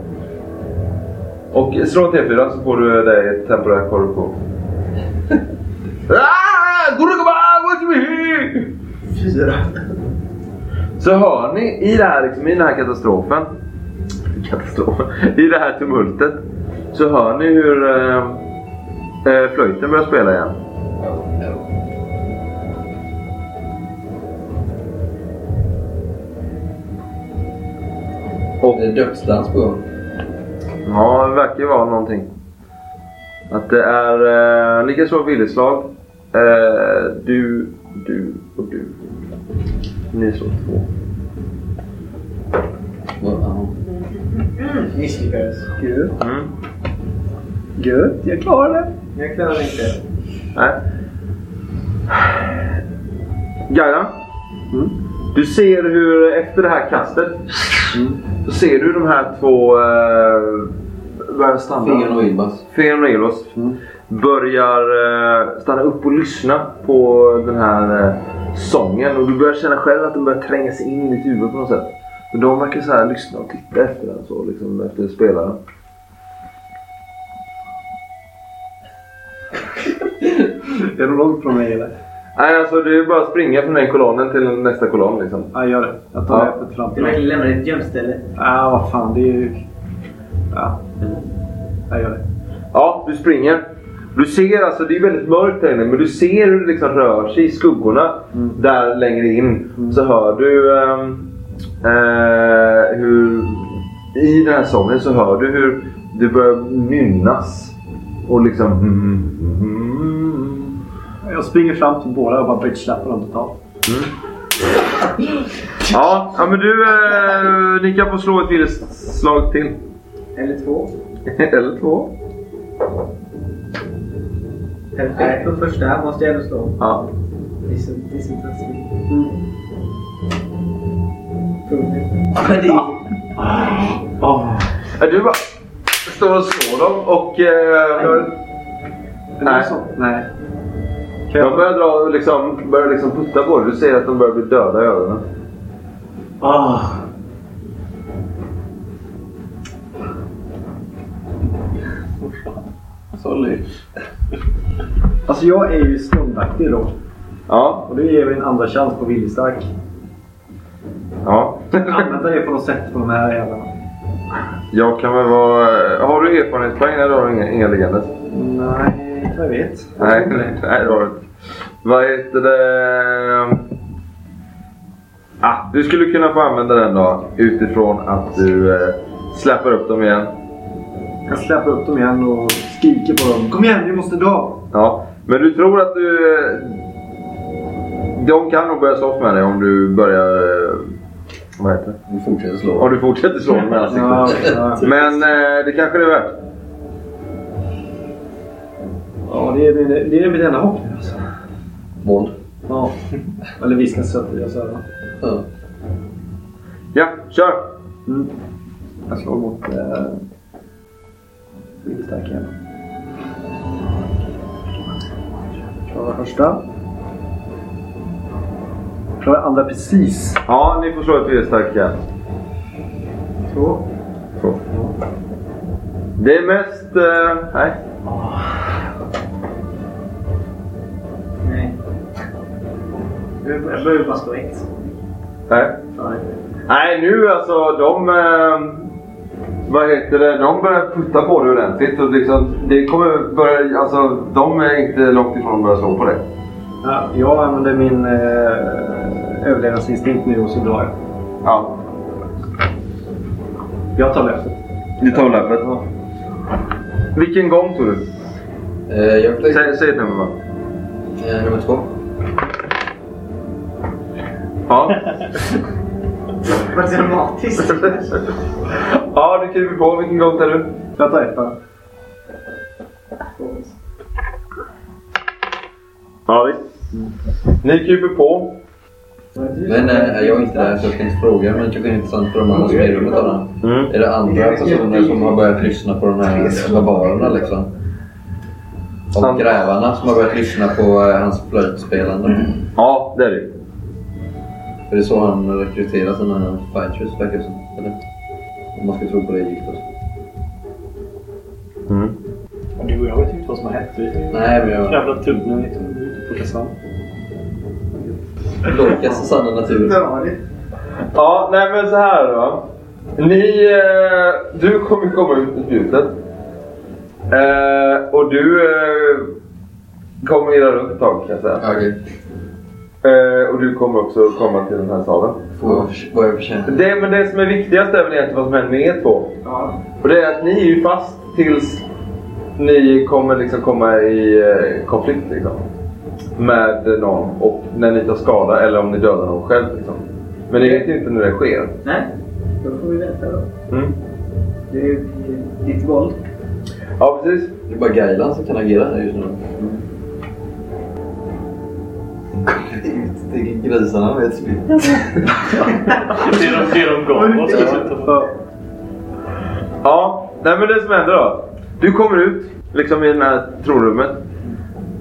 S4: Och slå en T4 så får du eh, dig temporär korruption. Ah, Gurugaba, what you here?
S7: Fyra.
S4: Så hör ni i, det här, liksom, i den här katastrofen, katastrofen, i det här tumultet, så hör ni hur eh, eh, flöjten börjar spela igen.
S3: Oh, Det är dödsdans på gång.
S4: Ja, det verkar ju vara någonting. Att det är eh, lika så viljeslag. Eh, du, du och du. Ni slår två.
S3: Ja.
S6: Misslyckades.
S5: Gud.
S4: Mm.
S5: Gud, jag klarar det.
S6: Jag klarar inte.
S4: Nej. Gaia. Mm. Du ser hur efter det här kastet mm, så ser du de här två eh, börjar stanna.
S3: Fingen och Ilbas.
S4: Fen och Elos
S5: Mm.
S4: börjar eh, stanna upp och lyssna på den här eh, sången och du börjar känna själv att den börjar tränga sig in i ditt huvud på något sätt. Men de verkar så här lyssna och titta efter den så, liksom efter spelaren.
S5: Är de långt från mig eller?
S4: Nej, alltså det är bara att springa från den kolonnen till nästa kolonn liksom.
S5: Ja, gör det. Jag tar
S4: Ja.
S5: öppet fram
S6: Du
S5: till mig.
S6: verkligen lämnade ett gömställe.
S5: Ja, vad fan. Det är ju... Ja. Jag gör det.
S4: Ja, du springer. Du ser alltså, det är väldigt mörkt där inne, men du ser hur det liksom rör sig i skuggorna där längre in. Så hör du ehm, eh, hur... I den här sången så hör du hur det börjar nynnas. Och liksom... Mm, mm,
S5: Jag springer fram till båda och bara bitchlappar dem totalt.
S4: Ja, ja, men du eh, ni kan få slå ett viljeslag till.
S6: Eller två.
S4: Eller två.
S6: Perfekt på första måste jag ändå Mm. slå.
S4: Ja.
S6: Disen- Disintressant. Kungen. Ja, men det är
S4: Ja, Du bara står och slår dem och... Eh, hör-
S5: Är det
S4: Nej.
S5: så? Nej. Kan
S4: De
S5: jag...
S4: börjar, dra, och liksom, börjar liksom putta på dig. Du ser att de börjar bli döda i ögonen.
S5: Ah.
S3: Sorry.
S5: Alltså jag är ju ståndaktig då.
S4: Ja.
S5: Och det ger mig en andra chans på viljestark.
S4: ja.
S5: Använda det på något sätt på de här jävlarna.
S4: Jag kan väl vara... Har du erfarenhetspoäng? Nej, du har inga, inga liggandes.
S5: Nej, inte vad jag vet.
S4: Nej, nej, det har du inte. Vad heter det? Ah, du skulle kunna få använda den då utifrån att du eh, släpper upp dem igen.
S6: Jag släpper upp dem igen och skriker på dem. Kom igen, vi måste dra!
S4: Ja, men du tror att du... eh, De kan nog börja slåss med dig om du börjar... eh, Vad heter det?
S3: Vi fortsätter slå.
S4: Om du fortsätter slå med ansiktet.
S6: Ja, ja.
S4: Men eh, det kanske det är värt.
S6: ja det, är min, det är mitt enda hopp nu alltså.
S3: Våld.
S6: Ja. Eller viska sönder. Jag sa
S3: Ja.
S4: Ja, kör!
S6: mm. Jag slår mot... Eh, Vildstark igen. Klarar första. Klarar andra precis.
S4: Ja, ni får slå ett fyrstarka.
S6: Så.
S4: Det är mest... Eh, nej.
S6: Nej. Jag behöver bara slå ett.
S4: Nej.
S6: Nej.
S4: Nej, nu alltså de... Eh, vad heter det? De börjar putta på dig ordentligt. Och liksom, det kommer börja, alltså, de är inte långt ifrån att börja slå på dig.
S6: Ja, jag använder min eh, överlevnadsinstinkt nu och så drar jag.
S4: Ja.
S6: Jag tar löftet.
S4: Du tar löpet. Vilken gång tog du?
S3: Eh, jag försöker...
S4: Säg, säg ett nummer bara.
S3: Eh, nummer två.
S4: Ja.
S6: Vad dramatiskt.
S4: ja, du kryper på. Vilken gång tar du?
S6: Jag tar ett bara.
S4: Ja, visst. Ni kryper på.
S3: Men eh, jag är inte där så jag ska inte fråga. Men jag tycker det är typ intressant för de andra som är i rummet. Anna. Är det andra personer som har börjat lyssna på de här barbarerna liksom? Och grävarna som har börjat lyssna på eh, hans flöjtspelande.
S4: Ja, det är det.
S3: För det är så han rekryterar sina fighters verkar det som. Eller? Om man ska tro på det Egypten.
S4: Mm.
S2: Men du och jag vet ju inte vad som har hänt. Vi är ju
S3: Nej men jag
S2: jävla tunna liksom. Vi är ute på Kazan.
S3: lokas i sanna natur.
S4: Ja, nej men så här då. Ni, eh, du kommer ju komma ut i slutet. Eh, och du eh, kommer irra runt ett tag kan jag säga.
S3: Ja, Okej.
S4: Eh, och du kommer också komma till den här salen.
S3: Får jag förs- Vad jag förtjänar.
S4: Det, men det som är viktigast är väl egentligen vad som händer med er två. Och det är att ni är ju fast tills ni kommer liksom komma i eh, konflikt liksom. Med någon och när ni tar skada eller om ni dödar någon själv liksom. Men ni vet ju inte när det sker.
S6: Nej, då får vi vänta då.
S4: Mm.
S6: Det är ju ditt val.
S4: Ja, precis.
S3: Det är bara Gailan som kan agera här just nu. Ut till grisarna vet vi.
S2: Det är de, det är de gav oss. alltså.
S4: Ja, nej men det som händer då. Du kommer ut liksom i det här tronrummet.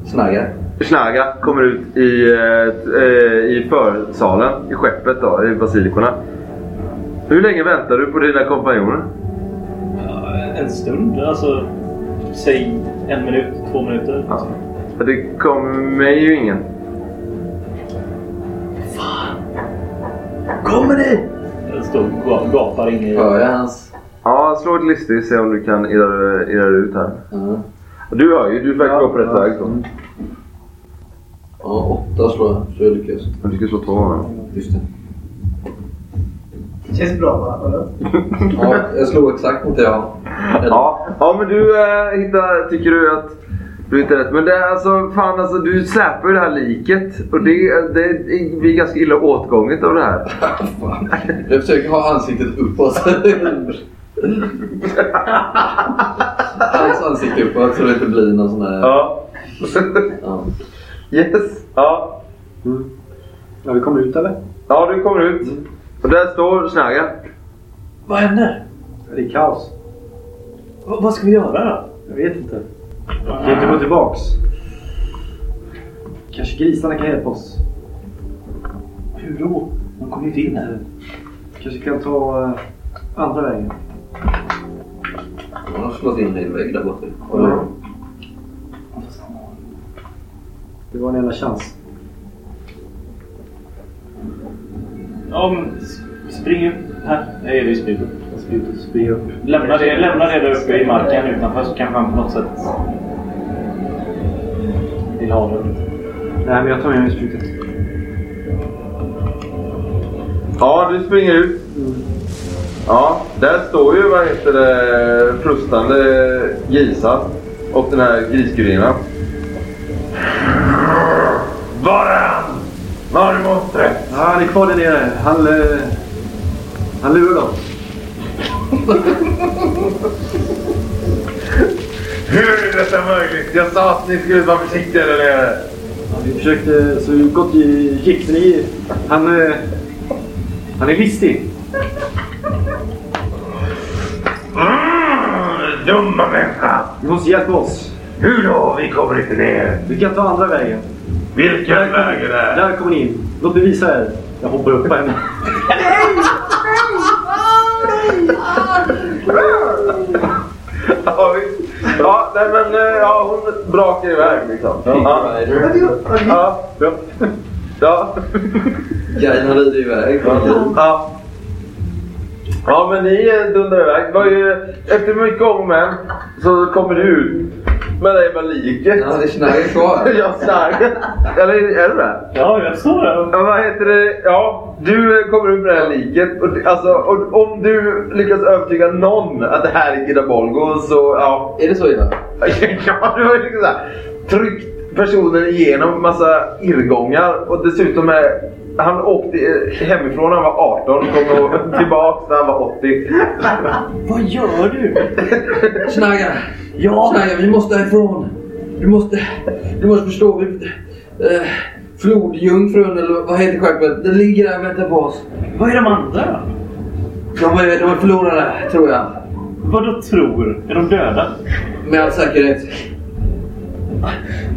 S3: Snaggar.
S4: Snaga kommer ut i, eh, t- eh, i försalen, i skeppet då, i basilikorna. Hur länge väntar du på dina kompanjoner?
S2: Ja, En stund. Alltså, säg en minut, två minuter.
S4: Ja. Det kommer ju ingen.
S2: Jag står och ga- gapar inne i...
S3: Hör jag hans...
S4: Ja, slå ett listigt se om du kan irra, irra ut här.
S3: Ja.
S4: Du hör ju, du verkar
S6: Ja,
S4: gå på rätt
S6: ja.
S4: väg. Då.
S3: Ja, åtta slår jag. Så jag lyckas.
S4: Men du ska slå två gånger.
S3: Just det.
S6: Känns bra va? Eller?
S3: Ja, jag slog exakt mot det jag Eller-
S4: Ja, ja, men du eh, hittar, tycker du att du hittar rätt. Men det är alltså, fan alltså, du släpar ju det här liket. Och det, det är- blir ganska illa åtgånget av det här.
S3: Fan. Jag försöker ha ansiktet uppåt. Hans ansikte uppåt så det inte blir någon sån här...
S4: Ja.
S3: Ja.
S4: yes. Ja.
S5: Ja, vi kommer ut eller?
S4: ja, du kommer ut. Och där står Snaga.
S2: Vad händer?
S6: Det är kaos.
S2: Vad, vad ska vi göra då?
S6: Jag vet inte. Vi kan inte gå tillbaks. Kanske grisarna kan hjälpa oss.
S2: Hur då? De kommer ju inte in här.
S6: Kanske kan ta eh, andra vägen.
S3: Han har slått in i en vägg där borta.
S6: Det var en jävla chans.
S2: Ja, men s- spring upp här. Nej, vi springer upp. Jag springer upp, springer upp. Lämna det, lämna det där uppe i marken utanför så kanske han på något sätt vill ha det. Nej, men jag tar med mig sprutet.
S4: Ja, du springer ut. Ja, där står ju vad heter det, frustande Gisa och den här grisgudinnan. Var är han? Var är monstret?
S5: Ja, han är kvar där nere. Han, eh, han lurar dem.
S4: Hur är detta möjligt? Jag sa att ni skulle vara försiktiga där nere.
S5: Ja, vi försökte så gott vi gick. Men i- han, eh, han är listig.
S4: Mm, dumma människa!
S5: Ni måste hjälpa oss.
S4: Hur då? Vi kommer inte ner.
S5: Vi kan ta andra vägen.
S4: Vilken väg är det?
S5: Där kommer ni in. Låt mig visa er. Jag hoppar upp på henne.
S4: Ja, visst. Ja, nej, men eh, ja, hon brakar iväg liksom. Ja. Ja. Ja. Ja.
S3: Grejen rider iväg.
S4: Ja. Ja, men ni eh, dundrar iväg. Det var ju, efter mycket om och men så kommer du ut med dig med liket.
S3: Ja, det är Schneider kvar.
S4: Jag snarkar. Eller är du det?
S2: Ja, jag står där.
S4: Ja, vad heter det? Ja, du eh, kommer upp med det här liket. Och, det- alltså, och, om du lyckas övertyga någon att det här är Ida Bolgo så ja.
S3: Är det så illa?
S4: Ja, det var ju liksom såhär. Tryckt personen igenom massa irrgångar och dessutom är han åkte eh, hemifrån när han var 18 kom och tillbaka när han var 80.
S2: Vad gör du?
S3: Schneider!
S2: Ja.
S3: Schneider, vi måste härifrån! Du måste... Du måste förstå. Vi, eh, flodjungfrun, eller vad heter skeppet? Den ligger där och väntar på oss.
S2: Vad är de andra då?
S3: De är, de är förlorade, tror jag.
S2: Vadå tror? Är de döda?
S3: Med all säkerhet.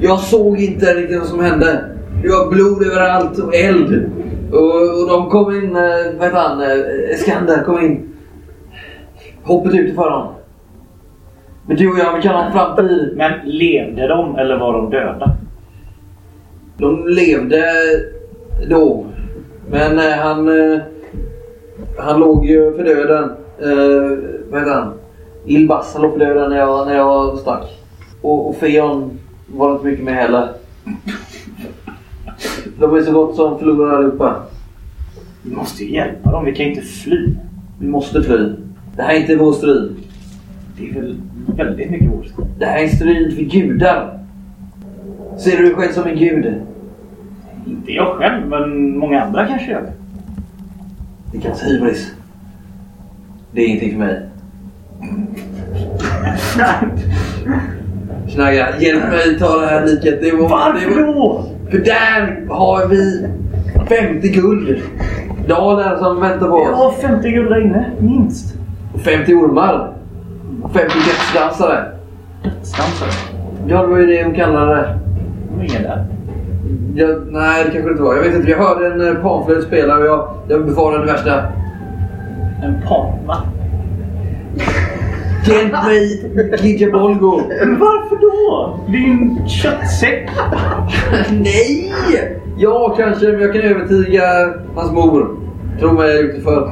S3: Jag såg inte riktigt vad som hände. Det var blod överallt och eld. Och, och de kom in, eh, vad heter han, eh, Skander kom in. Hoppet ut för dem. Men du och jag, vi kan ha en framtid.
S2: Men levde de eller var de döda?
S3: De levde då. Men eh, han, eh, han låg ju för döden. Eh, vad heter han? Ilbassa låg för döden när jag, när jag stack. Och, och Feon var inte mycket med heller. De är så gott som förlorade allihopa.
S2: Vi måste ju hjälpa dem. Vi kan ju inte fly.
S3: Vi måste fly. Det här är inte vår strid.
S2: Det är väl väldigt mycket vår skuld.
S3: Det här är en strid för gudar. Ser du dig själv som en gud?
S2: Inte jag själv, men många andra kanske gör det.
S3: Det kallas hybris. Det är ingenting för mig. Snagga, hjälp mig ta det här liket. Det var,
S2: Varför
S3: det var,
S2: då?
S3: för där har vi 50 guld. Daler som väntar på
S2: Jag
S3: oss.
S2: har 50 guld där inne, minst.
S3: 50 ormar. 50 dödsdansare.
S2: Dödsdansare.
S3: Ja, det var ju det hon kallade det.
S2: De är inga där.
S3: Ja, nej, det kanske det inte var. Jag vet inte. Jag hörde en eh, panflöjt spela och jag, jag befarade det värsta.
S2: En panna.
S3: Hjälp mig, Gidja Bolgo.
S2: Varför då? Din köttsäck.
S3: Nej! Ja, kanske, men jag kan övertyga hans mor. Tro mig, jag är ute för.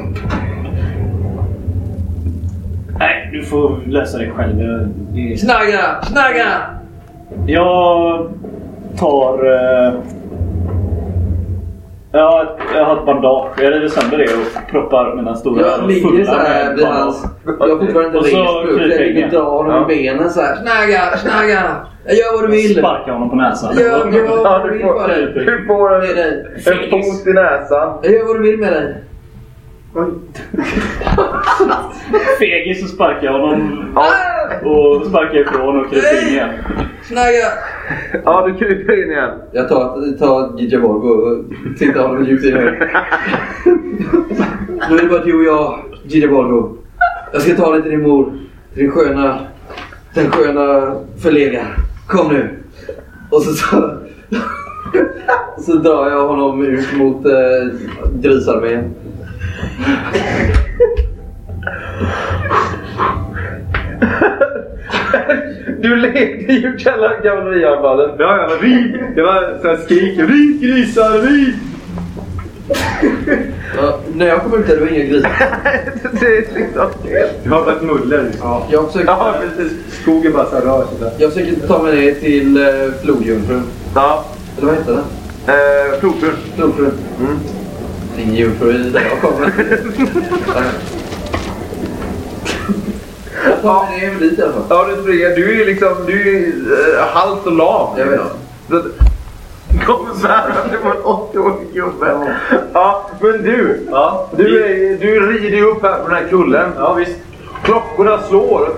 S2: Nej, du får lösa det själv. Jag- det-
S3: Snagga! Snagga!
S2: Jag tar... eh, Jag har, ett- jag har ett bandage. Jag river sönder det och proppar mina stora
S3: Jag ligger så här vid hans... Jag har fortfarande
S2: Och
S3: inte
S2: så
S3: rest mig upp. så Jag
S2: kryper
S3: ligger
S2: jag.
S3: drar honom i benen så här. Snagga! Snagga! Jag gör vad du
S2: vill.
S3: vill.
S2: Sparkar honom på näsan.
S3: Jag gör
S4: Ja,
S3: vad du
S4: du
S3: vill för
S4: får,
S3: dig.
S4: du får
S3: Med
S4: en,
S3: dig.
S4: en fot i näsan.
S3: Jag gör vad du vill med dig.
S2: Fegis så sparkar jag honom.
S3: Ah!
S2: Och sparkar ifrån och kryper in igen.
S3: Snagga!
S4: Ja, du kryper in igen.
S3: Jag tar, tar Gidja Borg och tittar honom djupt i ögonen. Nu är det bara du och jag, Gidja Borgo. Jag ska ta dig till din mor. Till din sköna... Den sköna förlegan. Kom nu. Och så, så, så drar jag honom ut mot eh, grisarmén.
S4: Du lekte ju kalla- kavallerianfallen.
S5: Ja, ja, men rid! Det var så här skrik. Rid grisar, rid!
S3: Ja, när jag kom ut där det var inga grisar.
S4: Det är liksom helt...
S5: Det har varit muller. Ja.
S3: Jag försöker,
S4: Ja, precis.
S5: Skogen bara så här rör sig där.
S3: jag försöker ta mig ner till eh, flodjungfrun.
S4: Ja.
S3: Eller vad heter det?
S4: Eh, Flodtur.
S3: Flodfru.
S4: Mm.
S3: Ingen djurfru där jag kommer. Ja, det är väl lite i alla fall.
S4: Ja, du springer. Du är liksom... Du är eh, halt och lam.
S3: Jag vet.
S4: Så att- Kommer bärande på en 80-årig gubbe. Ja, men du.
S2: Ja,
S4: Du, är, du rider ju upp här på den här kullen.
S2: Ja, visst.
S4: Klockorna slår.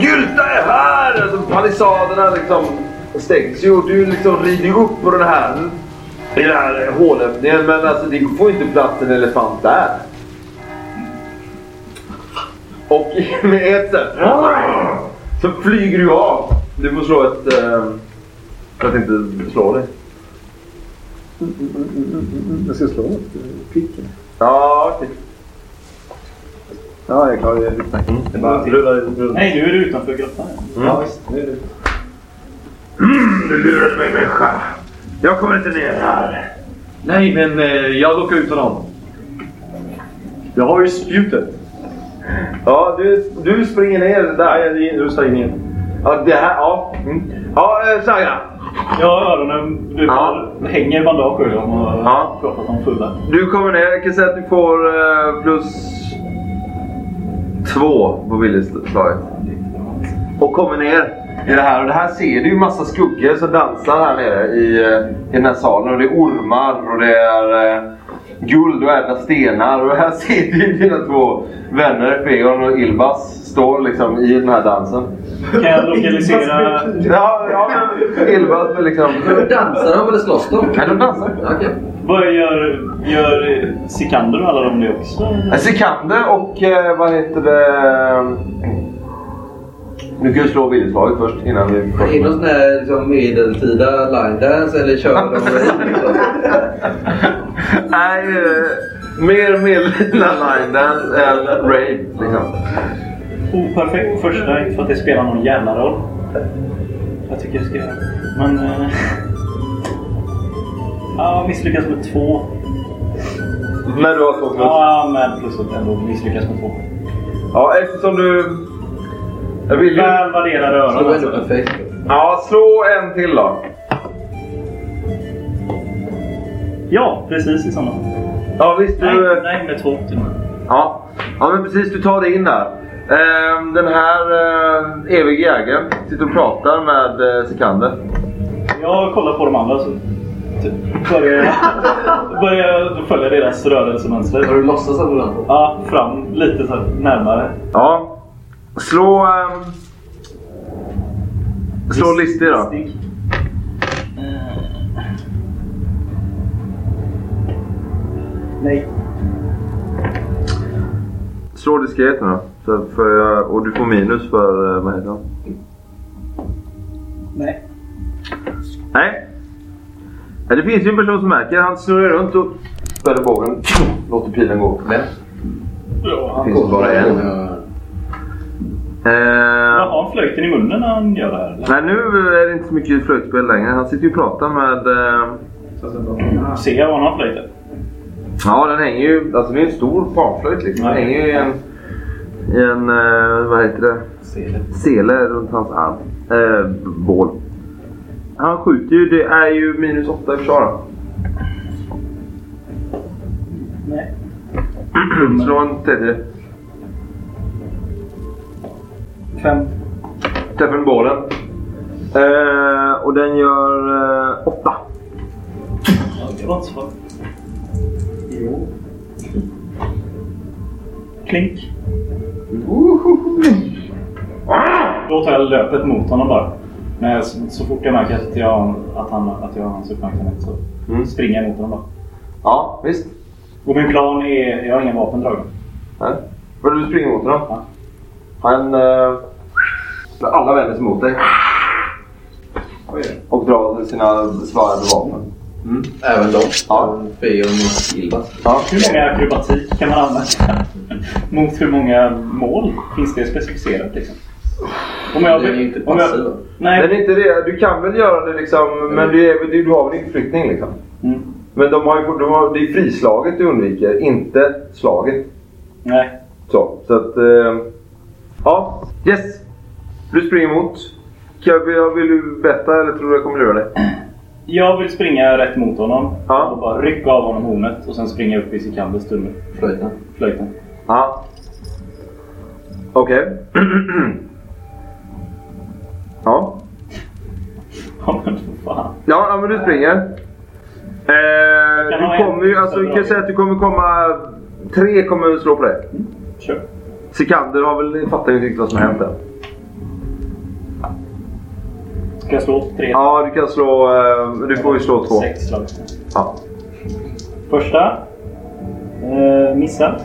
S4: Gylta är här! Alltså, palissaderna liksom stängs ju och du liksom rider ju upp på den här, i den här hålöppningen. Men alltså det får inte plats en elefant där. Och med ett sätt så flyger du av. Du får slå ett... Eh, för att inte slå dig.
S5: Jag ska slå mot eh, picken.
S4: Ja, okej.
S5: Ja, jag klarar det.
S4: Det är bara rullar runt.
S2: Nej, nu är du utanför grottan.
S4: Ja, Du lurade mig människa. Jag kommer inte ner här.
S2: Nej, men jag lockar ut honom.
S5: Jag har ju spjutet.
S4: Ja, du, du springer ner där.
S5: Jag rusar in igen.
S4: Ja, det här, ja. Mm. Ja, eh, Saga.
S2: Jag har öronen... Du
S4: Ja.
S2: ja. hänger bandage över dem och
S4: Ja.
S2: pratar som fulla.
S4: Du kommer ner. Jag kan säga att du får eh, plus två på viljeslaget. Och kommer ner i det här. Och det här ser du ju massa skuggor som dansar här nere i, eh, i den här salen. Och det är ormar och det är eh, guld och ädla stenar. Och här ser du ju dina två vänner Feon och Ilbas står liksom i den här dansen.
S2: Kan jag lokalisera...
S4: Ja, ja men Ilbas är liksom...
S3: Men Dansar de eller slåss de?
S4: Nej, de dansar.
S3: Okej.
S2: Vad gör, gör eh, Sikander och alla de det också?
S4: Sikander Eh, och eh, vad heter det... Nu kan ju slå viljeslaget först innan vi...
S3: Är det någon sån här liksom, medeltida line dance eller kör de rave, liksom?
S4: Nej, eh, mer medeltida line dance än rave liksom.
S2: Operfekt första, inte för att det spelar någon jävla roll. Jag tycker jag ska göra det. Men... eh, Ja, misslyckas med två.
S4: När du har slått mot...
S2: Ja, men plus att ändå misslyckas med två.
S4: Ja, eftersom du... Jag vill ju...
S2: Väl värderade öron
S3: Slå ändå
S2: alltså.
S3: perfekt.
S4: Ja, slå en till då.
S2: Ja, precis i samma.
S4: Ja, visst
S2: Nej,
S4: du... eh,
S2: nej, med två till och med.
S4: Ja. ja, men precis. Du tar dig in där. Ehm, Den här eh, evige jägaren sitter och pratar med eh, Sikander.
S2: Jag kollar på de andra så typ börjar jag- börjar jag följa deras rörelsemönster.
S3: Har du låtsas att du dansar?
S2: Ja, fram lite så här närmare.
S4: Ja. Slå... ehm, slå listig då.
S2: Stig. Eh. Nej.
S4: Slå diskret nu då. Så att får jag, och du får minus för... eh, Vad heter han?
S2: Nej.
S4: Nej. Ja, det finns ju en person som märker. Han snurrar runt och spänner bågen. Låter pilen gå.
S3: Vem?
S2: Ja.
S4: Finns det bara en?
S3: Ja.
S4: Eh,
S2: Har han flöjten i munnen när han gör det här? eller?
S4: nej, nu är det inte så mycket flöjtspel längre. Han sitter ju och pratar med... eh,
S2: Ser jag var han har flöjten?
S4: Ja, den hänger ju... Alltså det är en stor panflöjt liksom. Den
S2: Nej.
S4: hänger ju i en... I en... eh, vad heter det? Sele runt hans arm. Eh, bål. Han skjuter ju. Det är ju minus åtta i försvar.
S2: Nej.
S4: Slå en tredje.
S2: Fem.
S4: Träffar med bålen. Eh, och den gör eh, åtta.
S2: Ja, det var inte så farligt. Jo. Klink. Då tar jag löpet mot honom bara. Men jag, så fort jag märker att jag, att han, att jag har hans uppmärksamhet så
S4: Mm.
S2: springer jag mot honom bara.
S4: Ja, visst.
S2: Och min plan är... Jag har ingen vapen dragen.
S4: Ja. Vad du springer mot honom.
S2: Ja.
S4: Han... Eh, alla vänder sig mot dig. Och drar sina svarade vapen.
S3: Även de?
S4: Ja.
S3: Feon och Ilva.
S4: Ja.
S2: Hur många akrobatik kan man använda? Mot hur många mål? Finns det specificerat liksom? Om jag,
S3: Den är ju inte
S2: om
S3: passiv.
S2: jag,
S3: va?
S4: Den
S2: nej.
S4: är inte det. Du kan väl göra det liksom, men du, är, du har väl en flyttning liksom.
S2: Mm,
S4: Men de har ju, de har, det är frislaget du undviker, inte slaget.
S2: nej.
S4: Så, så att... Eh, ja. Yes! Du springer emot. Kan jag, vill du betta eller tror du jag kommer lura dig?
S2: Jag vill springa rätt mot honom
S4: Ja.
S2: och bara rycka av honom hornet och sen springa upp i Sikanders tunnel.
S3: Flöjten.
S2: Flöjten.
S4: Ja. Okej. ja.
S2: Ja men för fan.
S4: ja, ja, men du springer. Eh,
S2: Kan ha
S4: du
S2: en-
S4: kommer ju, alltså vi kan ju säga att du kommer komma... Tre kommer slå på dig.
S2: Kör.
S4: Sikander har väl fattar ju inte riktigt vad som har hänt än.
S2: Ska jag slå tre?
S4: Ja, du kan slå... Eh, du får ju slå två.
S2: Sex slag.
S4: Ja.
S2: Första. Eh, missar.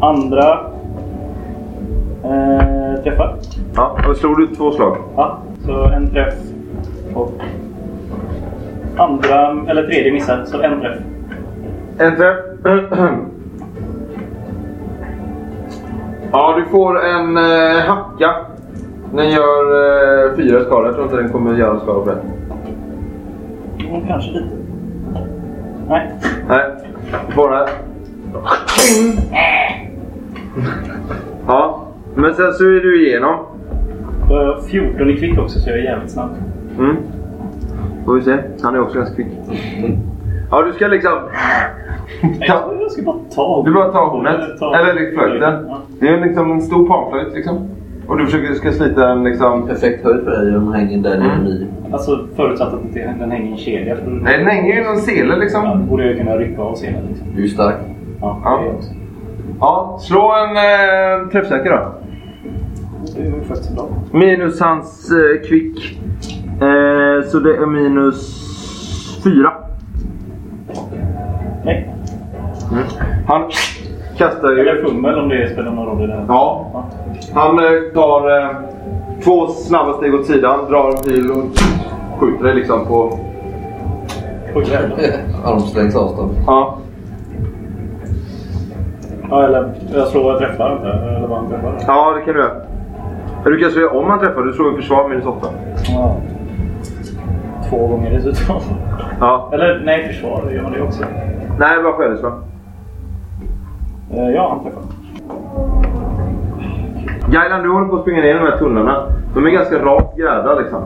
S2: Andra. Eh, träffar.
S4: Ja, och slog du två slag?
S2: Ja, så en träff. Och andra, eller tredje missar, så en träff.
S4: En träff. ja, du får en eh, hacka. Den gör eh, fyra skador. Jag tror inte den kommer göra skada på dig.
S2: Jo, kanske lite. Nej.
S4: Nej, du får den här. ja, men sen så är du igenom.
S2: Då har jag 14 i kvick också, så jag är jävligt snabb.
S4: Mm. Får vi se. Han är också ganska kvick. Ja, du ska liksom...
S2: Nej, Jag jag ska bara ta
S4: Du bara tar hornet.
S2: Ta-
S4: Eller flöjten.
S2: Ja.
S4: Det är liksom en stor panflöjt liksom. Och du försöker ska slita den liksom...
S3: Perfekt höjd för dig om hänger där nere
S4: Mm.
S3: vid.
S2: Alltså förutsatt att inte den hänger i en kedja. För
S4: Nej, den hänger ju i någon sele
S2: Ja,
S4: liksom.
S2: då borde jag kunna rycka av selen. Liksom.
S3: Du är stark.
S2: Ja,
S4: Ja.
S2: det är också.
S4: Ja, slå en eh, träffsäker då.
S2: Det var ju faktiskt bra.
S4: Minus hans eh, kvick. Eh, så det är minus fyra.
S2: Nej,
S4: Han kastar
S2: eller
S4: ju...
S2: fummel om det spelar någon roll i det här.
S4: Ja. Han eh, tar eh, två snabba steg åt sidan, drar en pil och skjuter dig liksom på...
S2: Oj, jävlar.
S3: Armslängds avstånd.
S4: Ja.
S2: Ja, eller jag slår och jag träffar inte. Eller vad han träffar.
S4: ja, det kan du göra. Du kan säga om han träffar. Du slår ju försvar minus åtta.
S2: Ja. Två gånger dessutom.
S4: Ja.
S2: Eller nej, försvar det gör man det också.
S4: Nej, bara skönhetsslag.
S2: Eh, Ja, han träffar.
S4: Gailan, du håller på att springa ner i de här tunnlarna. De är ganska rakt grädda liksom.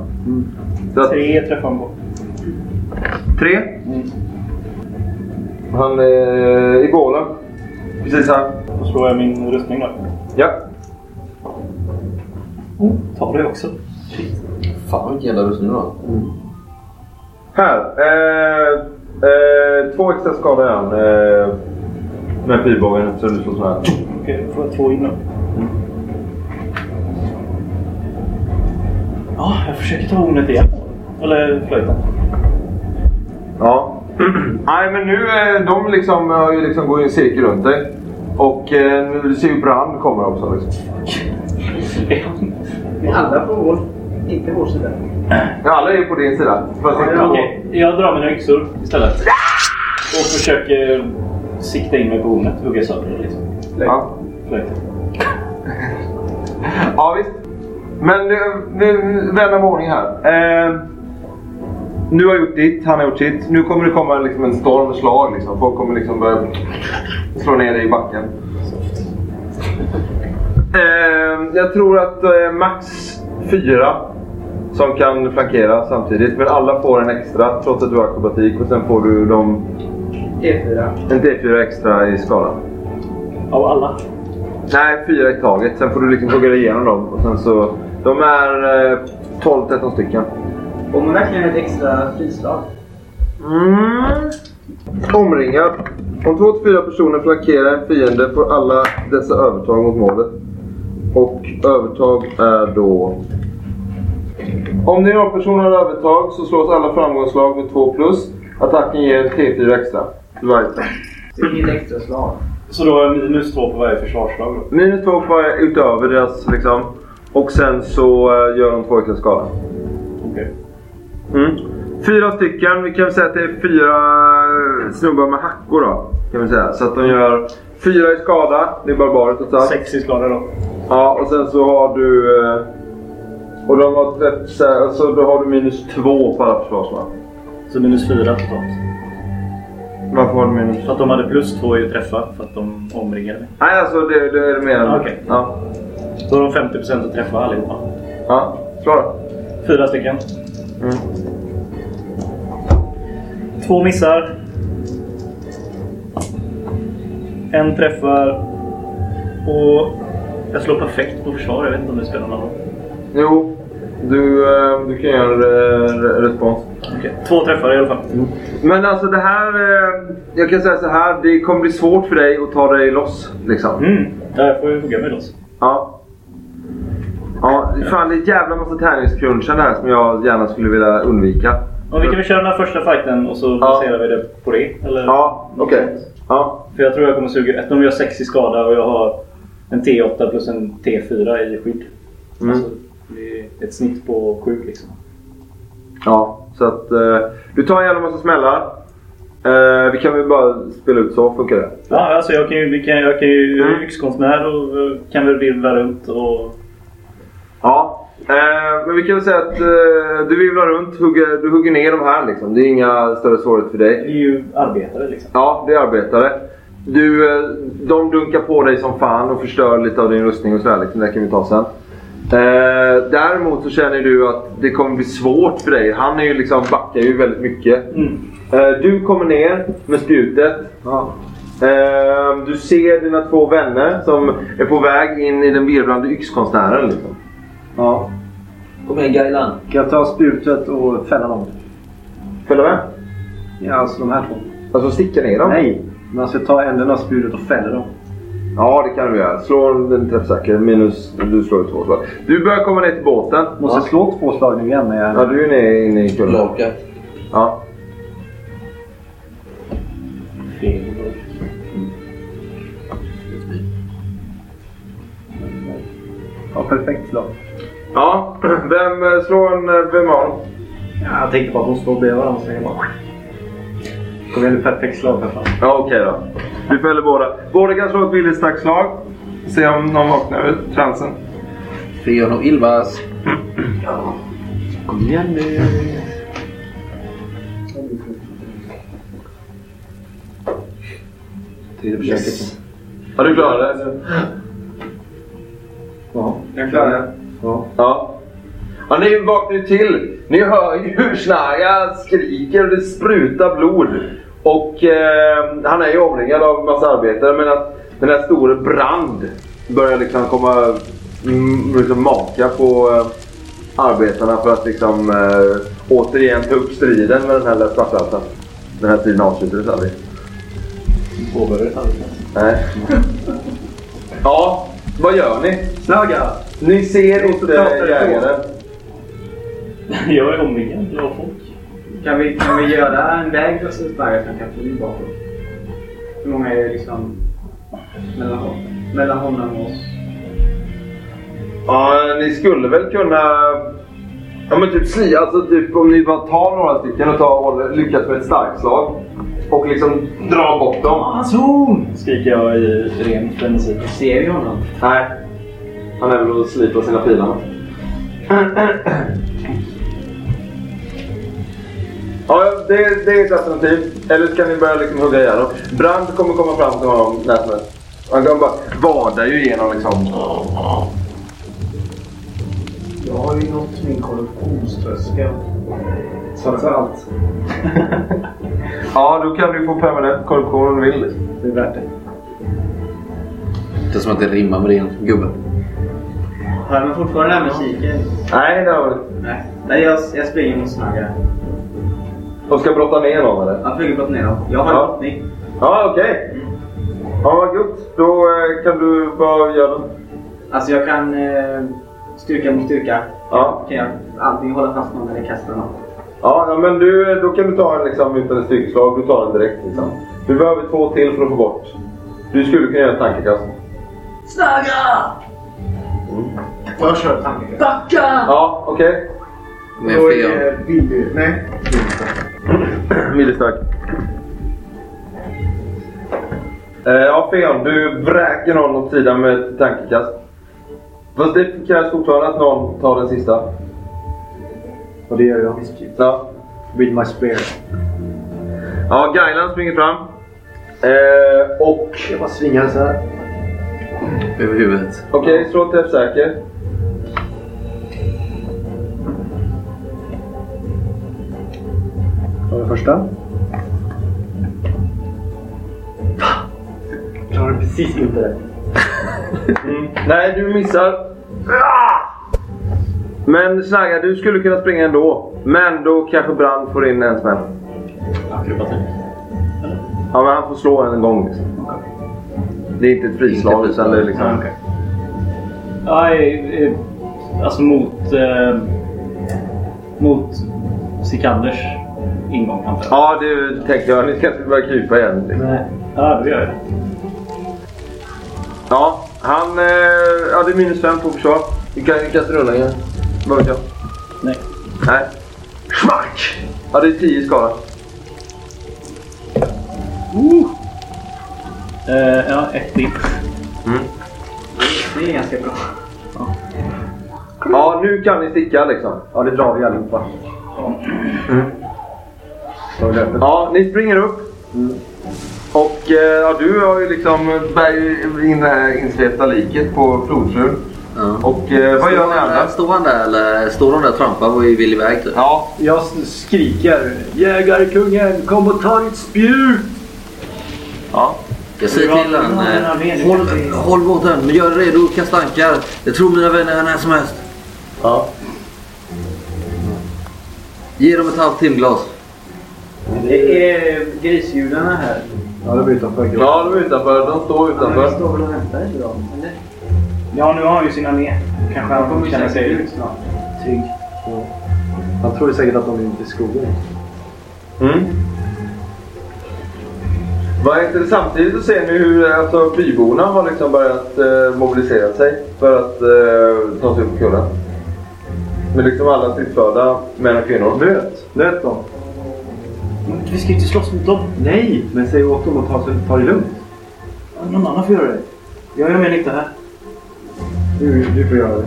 S4: Så att,
S2: Tre träffar han på.
S4: tre. Han är i bålen. Precis här.
S2: Då slår jag min rustning då.
S4: Ja.
S2: Oh,
S4: Mm.
S2: tar det också.
S3: Fan vilken jävla rustning du har.
S4: Här. Eh, eh, två extra skador är han. Eh, med pilbågen så du slår så här.
S2: Okej, då får jag två in då. Ja, jag försöker ta hornet igen. Eller flöjten.
S4: Ja. Nej men nu eh, de liksom, har ju liksom går i en cirkel runt dig. Och eh, nu ser ju brand kommer också. Liksom.
S6: Vi är alla på vår, inte vår sida.
S4: Ja, Alla är ju på din sida. Fast inte på-
S2: Okej, jag drar mina yxor istället. Och försöker sikta in mig på hornet. Hugga sönder det liksom.
S4: ja.
S2: Flöjten.
S4: ja visst. Men nu, nu vän av ordning här. Eh, nu har jag gjort ditt, han har gjort sitt. Nu kommer det komma liksom en storm slag. Liksom. Folk kommer liksom börja slå ner dig i backen. Eh, jag tror att eh, max fyra som kan flankera samtidigt. Men alla får en extra trots att du har akrobatik. Och sen får du dem
S6: E4.
S4: en D4 extra i skalan.
S2: Av alla.
S4: Nej, fyra i taget. Sen får du liksom hugga dig igenom dem. Och sen så, de är eh, 12-13 stycken.
S6: Om man verkligen ett extra frislag.
S4: Mm. Omringad. Om två till fyra personer flankerar en fiende får alla dessa övertag mot målet. Och övertag är då... Om din rollperson har övertag så slås alla framgångsslag med 2 plus. Attacken ger T4 extra. till varje attack.
S6: Det är inget extra slag.
S2: Så då har jag minus två på varje försvarsslag då.
S4: Minus 2 på utöver deras liksom. Och sen så eh, gör de två extra skada.
S2: Okej.
S4: Mm. Fyra stycken. Vi kan väl säga att det är fyra snubbar med hackor då. Kan vi säga. Så att de gör fyra i skada. Det är barbarer totalt.
S2: Sex i skada då.
S4: Ja, och sen så har du... eh, Och de har träff, så här, alltså, då har du minus två på alla försvarsman.
S2: Så minus fyra totalt.
S4: Varför har du minus?
S2: För att de hade plus två i att träffa för att de omringade mig.
S4: Nej, alltså det, det är det mer än...
S2: Ah, okej.
S4: Ja.
S2: Då har de 50 procent att träffa allihopa.
S4: Ja, slå då.
S2: Fyra stycken.
S4: Mm.
S8: Två missar. En träffar. Och jag slår perfekt på försvar. Jag vet inte om det spelar någon roll.
S4: Jo, du, eh, du kan göra en re- re- respons.
S8: Okej, Två träffar i alla fall.
S4: Men alltså det här... eh, Jag kan säga så här. Det kommer bli svårt för dig att ta dig loss. Liksom.
S8: Mm. Ja, jag får ju hugga mig loss.
S4: Ja. Ja, fan det är en jävla massa tärningscrunchar där som jag gärna skulle vilja undvika.
S8: Och vi kan väl köra den här första fighten och så baserar vi det på det. Eller?
S4: Ja, okej. Ja.
S8: För jag tror jag kommer suga... Eftersom jag har 6 i skada och jag har en T8 plus en T4 i skydd.
S4: Mm.
S8: Alltså, det är ett snitt på 7 liksom.
S4: Ja, så att eh, du tar en jävla massa smällar. Eh, vi kan väl bara spela ut så, funkar det?
S8: Ja, alltså jag kan ju... Vi kan, jag kan ju jag är
S4: Mm.
S8: yxkonstnär och eh, kan väl virvla runt och...
S4: Ja. Eh, men vi kan väl säga att eh, du virvlar runt, hugger, du hugger ner de här liksom. Det är inga större svårigheter för dig.
S8: Vi är ju arbetare liksom.
S4: Ja, det är arbetare. Du, eh, de dunkar på dig som fan och förstör lite av din rustning och sådär. Liksom. Det kan vi ta sen. Eh, däremot så känner du att det kommer bli svårt för dig. Han är ju liksom, backar ju väldigt mycket.
S8: Mm.
S4: Eh, du kommer ner med spjutet. Eh, du ser dina två vänner som är på väg in i den virvlande yxkonstnären. Liksom.
S5: Ja.
S3: Kom igen Gailan.
S5: Kan jag ta spjutet och fälla dem?
S4: Följer du med?
S5: Ja, alltså de här två.
S4: Alltså sticka ner dem?
S5: Nej, man ska ta änden av spjutet och fälla dem.
S4: Ja, det kan du göra. Slå den träffsäker. Minus... Du slår ju två slag. Du börjar komma ner till båten.
S5: Måste jag slå två slag nu igen när jag...
S4: Ja, du är nere inne i kullen.
S3: Lakat.
S4: Ja.
S5: Ja, perfekt slag.
S4: Ja, vem eh, slår en... eh, Vem har dem?
S5: Ja, jag tänkte bara att de står bredvid varandra så jag bara... Kom igen nu, perfekt slag för fan.
S4: Ja, okej då. Du fäller båda. Båda kan slå ett viljeslagsslag. Se om någon vaknar ur transen.
S3: Freon och Ilvas.
S5: Kom igen nu. Tredje försöket.
S4: Har du klarat det?
S5: Ja.
S4: Jag klarar det.
S5: ja.
S4: Ja. Ja, ni vaknar ju till. Ni hör ju hur Snarja skriker och det sprutar blod. Och eh, han är ju omringad av massa arbetare men att den här store Brand börjar liksom komma mm, liksom maka på eh, arbetarna för att liksom eh, återigen ta upp striden med den här lilla svarthalsen. Den här striden avslutades aldrig.
S3: Påbörjade aldrig.
S4: Nej. Ja, vad gör ni?
S5: Snaga!
S4: Ni ser inte
S5: pratar i
S4: jägaren.
S8: jag är omringad av folk.
S6: Kan vi, kan vi göra en väg för Sundberg som kan fly bakåt? Hur många är det liksom mellan, hon- mellan honom och oss?
S4: Ja, ni skulle väl kunna... Ja men typ sli, alltså typ om ni bara tar några stycken och tar, och lyckas med ett starkt slag Och liksom dra bort dem.
S8: Zoom! Skriker jag i ren frenesi.
S6: Ser vi honom?
S4: Nej. Han är väl och slipar sina pilar. Ja, det, det är ett alternativ. Eller så kan ni börja liksom hugga ihjäl dem. Brand kommer komma fram till honom när som helst. Han kommer bara vada ju igenom liksom.
S7: Jag har ju nått min korruptionströskel.
S5: Satsa allt.
S4: Ja, då kan du få permanent korruption om du vill.
S5: Det är värt det.
S3: Det är som att det rimmar med din gubbe.
S6: Hör man fortfarande den här musiken?
S4: Nej, det har vi inte.
S6: Nej. Nej, jag, jag springer mot Snagga.
S4: De ska brotta ner någon eller?
S6: Jag flyger bort ner dem. Jag har
S4: Ja.
S6: en brottning.
S4: Ja, okej. Ja, vad gött. Då eh, kan du bara göra den.
S6: Alltså jag kan eh, styrka mot styrka.
S4: Ja.
S6: Kan jag antingen hålla fast någon eller kasta någon.
S4: Ja, ja, men du, då kan du ta den liksom utan ett styrkeslag. Du tar den direkt liksom. Du behöver två till för att få bort. Du skulle kunna göra ett tankekast.
S7: Jag kör tanken.
S4: Ja, okej.
S3: Med
S7: Då
S3: Freon.
S7: är Billy... Nej.
S4: Middelstark. Eh, ja, Feon. Du vräker någon åt sidan med ett tankekast. Fast det krävs fortfarande att någon tar den sista.
S5: Och det gör jag.
S4: Ja.
S5: With my spear.
S4: Ja, Gailan springer fram. Eh, och...
S5: Jag bara svingar så här.
S3: Över huvudet.
S4: Okej, slå träffsäker.
S5: Tar den första.
S2: precis inte rätt.
S4: Nej, du missar. Ah! Men Snagga, du skulle kunna springa ändå. Men då kanske Brand får in en smäll.
S2: Akrobatik.
S4: Ja, men han får slå en gång. Liksom. Det är inte ett frislag
S3: Inte
S4: utan det är liksom...
S2: Ja, okej. Ja, eh, eh, alltså mot... Eh, mot Sikanders ingång antar jag.
S4: Ja, det tänkte jag. Ni ska inte börja krypa igen.
S2: Nej. Ja, det gör jag.
S4: Ja, han... Eh, ja, det är minus fem på försvar. Du kan du kastar rulla igen. Vad vet jag?
S2: Nej.
S4: Nej. Smack! Ja, det är tio skada.
S2: Eh, ja, ett till.
S6: Det är ganska bra.
S4: Ja, nu kan ni sticka liksom.
S5: Ja, det drar vi allihopa.
S4: Ja, ni springer upp. Och eh, ja, du har ju liksom bär ju in det här insvepta liket på flodfrun.
S3: Ja.
S4: Och eh, vad gör ni andra?
S3: Står han där eller står de där och trampar och vill iväg typ?
S4: Ja,
S5: eh, Jag s- skriker Jägarkungen, kom och ta ditt spjut!
S4: ja.
S3: Jag säger till honom. eh, Håll, håll båten, men gör dig redo, kasta ankar. Jag tror mina vänner är när som helst.
S4: Ja.
S3: Ge dem ett halvt timglas.
S6: Det är grisjudarna här.
S5: Ja, det var utanför gruppen.
S4: Ja, de är utanför. De står
S6: De
S4: utanför.
S6: står väl och väntar inte då? Eller?
S2: Ja, nu har han ju sin armé. Kanske
S6: De
S2: han
S6: kommer ju
S2: känner sig
S6: säkert
S2: ut.
S6: ut snart.
S2: trygg.
S5: Han tror säkert att de är ute i skogen.
S4: Mm. Vad heter det? Samtidigt så ser ni hur alltså, byborna har liksom börjat eh, mobilisera sig för att eh, ta sig upp på kullen. Med liksom alla stridsförda män och kvinnor.
S5: Nöt! Nöt dem!
S2: Men Vi ska ju inte slåss mot dem.
S5: Nej! Men säg åt dem att ta, sig- ta det lugnt.
S2: Någon annan får göra det. Jag gör min nytta här.
S5: Du, du får göra det.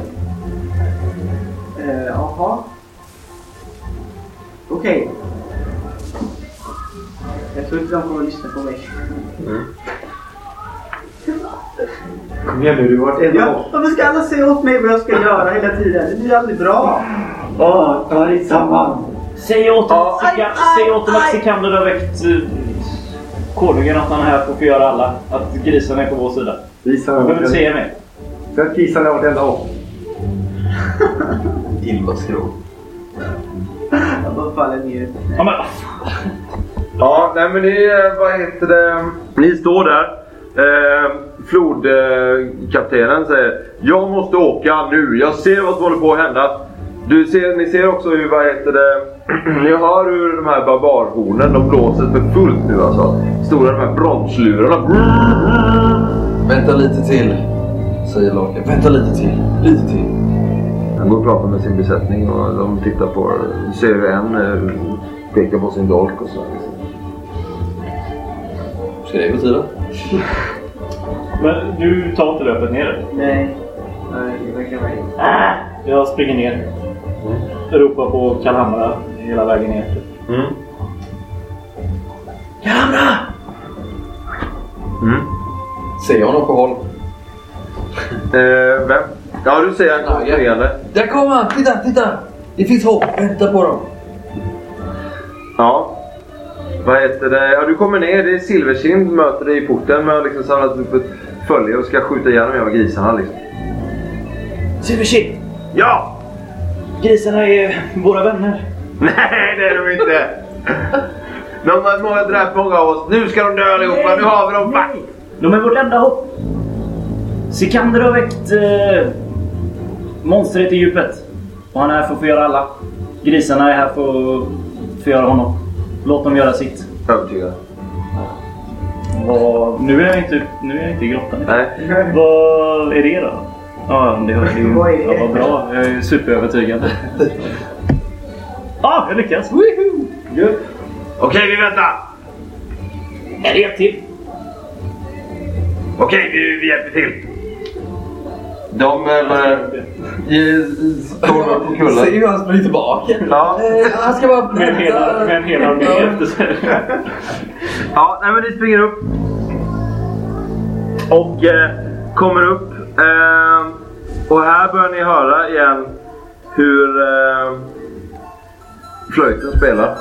S6: Eh, Jaha. Okej. Jag tror inte de kommer att lyssna på mig.
S5: Kom igen nu, du har varit en
S6: Ja,
S5: av
S6: varför ska alla säga åt mig vad jag ska göra hela tiden? Det blir aldrig bra.
S5: Åh, ta dig samman!
S2: Säg åt
S4: Ja.
S2: Sika- säg åt dem att Sikander har väckt eh, konungen att han är här för att förgöra alla. Att grisarna är på vår sida.
S5: Grisarna
S2: De
S5: har
S2: behöver inte säga
S5: varit
S2: mer.
S5: en- Säg att grisarna har varit ända upp.
S3: Ylva skrov.
S6: Jag bara faller ner.
S2: Ja, men vad fan.
S4: Ja, nej men ni, eh, vad heter det? Ni står där. Eh, Flodkaptenen eh, kaptenen säger Jag måste åka nu. Jag ser vad som håller på att hända. Du ser, ni ser också hur, vad heter det? ni hör hur de här barbarhornen, de blåser för fullt nu alltså. Stora de här bronslurarna.
S3: Vänta lite till, säger Lake. Vänta lite till, lite till.
S4: Han går och pratar med sin besättning och de tittar på Du ser hur en eh, pekar på sin dolk och så.
S3: Ska det betyda?
S2: Men du tar inte löpet ner eller?
S6: Nej. Nej, det verkar vara helt...
S2: Jag springer ner. Mm. Ropar på Kalhamra hela vägen ner.
S4: Mm. Mm.
S3: Ser jag honom på håll?
S4: Eh, vem? Ja, du ser han kommer springande.
S3: Där kommer han! Titta, titta! Det finns hopp. Vänta på dem.
S4: Ja. Vad heter det? Ja, du kommer ner. Det är Silverkind möter dig i porten. Men har liksom samlat upp ett följe och ska skjuta ihjäl de jävla grisarna liksom.
S2: Silvership!
S4: Ja!
S2: Grisarna är våra vänner.
S4: Nej, det är de inte! De har många dräpt många av oss. Nu ska de dö allihopa. Nu har vi dem. Va?
S2: De är vårt enda hopp. Sikander har väckt eh, monstret i djupet. Och han är här för att förgöra alla. Grisarna är här för att förgöra honom. Låt dem göra sitt.
S4: Övertygad.
S2: Vad- nu är jag inte, nu är jag inte i grottan.
S4: Nej.
S2: Vad är det då? Ja, det hörs ju.
S6: Vad är det?
S2: Ja, vad bra. Jag är ju superövertygad. ah, jag lyckas! Woho!
S4: Okej, vi väntar.
S2: Är det ett till?
S4: Okej, vi, vi hjälper till. De eh, börjar... ge- Står upp på kullen.
S3: hur han springer tillbaka.
S4: Ja.
S3: han ska bara...
S2: Med en hela, med en hela armé efter sig.
S4: Ja, nej men ni springer upp. Och eh, kommer upp. Eh, och här börjar ni höra igen hur eh, flöjten spelar.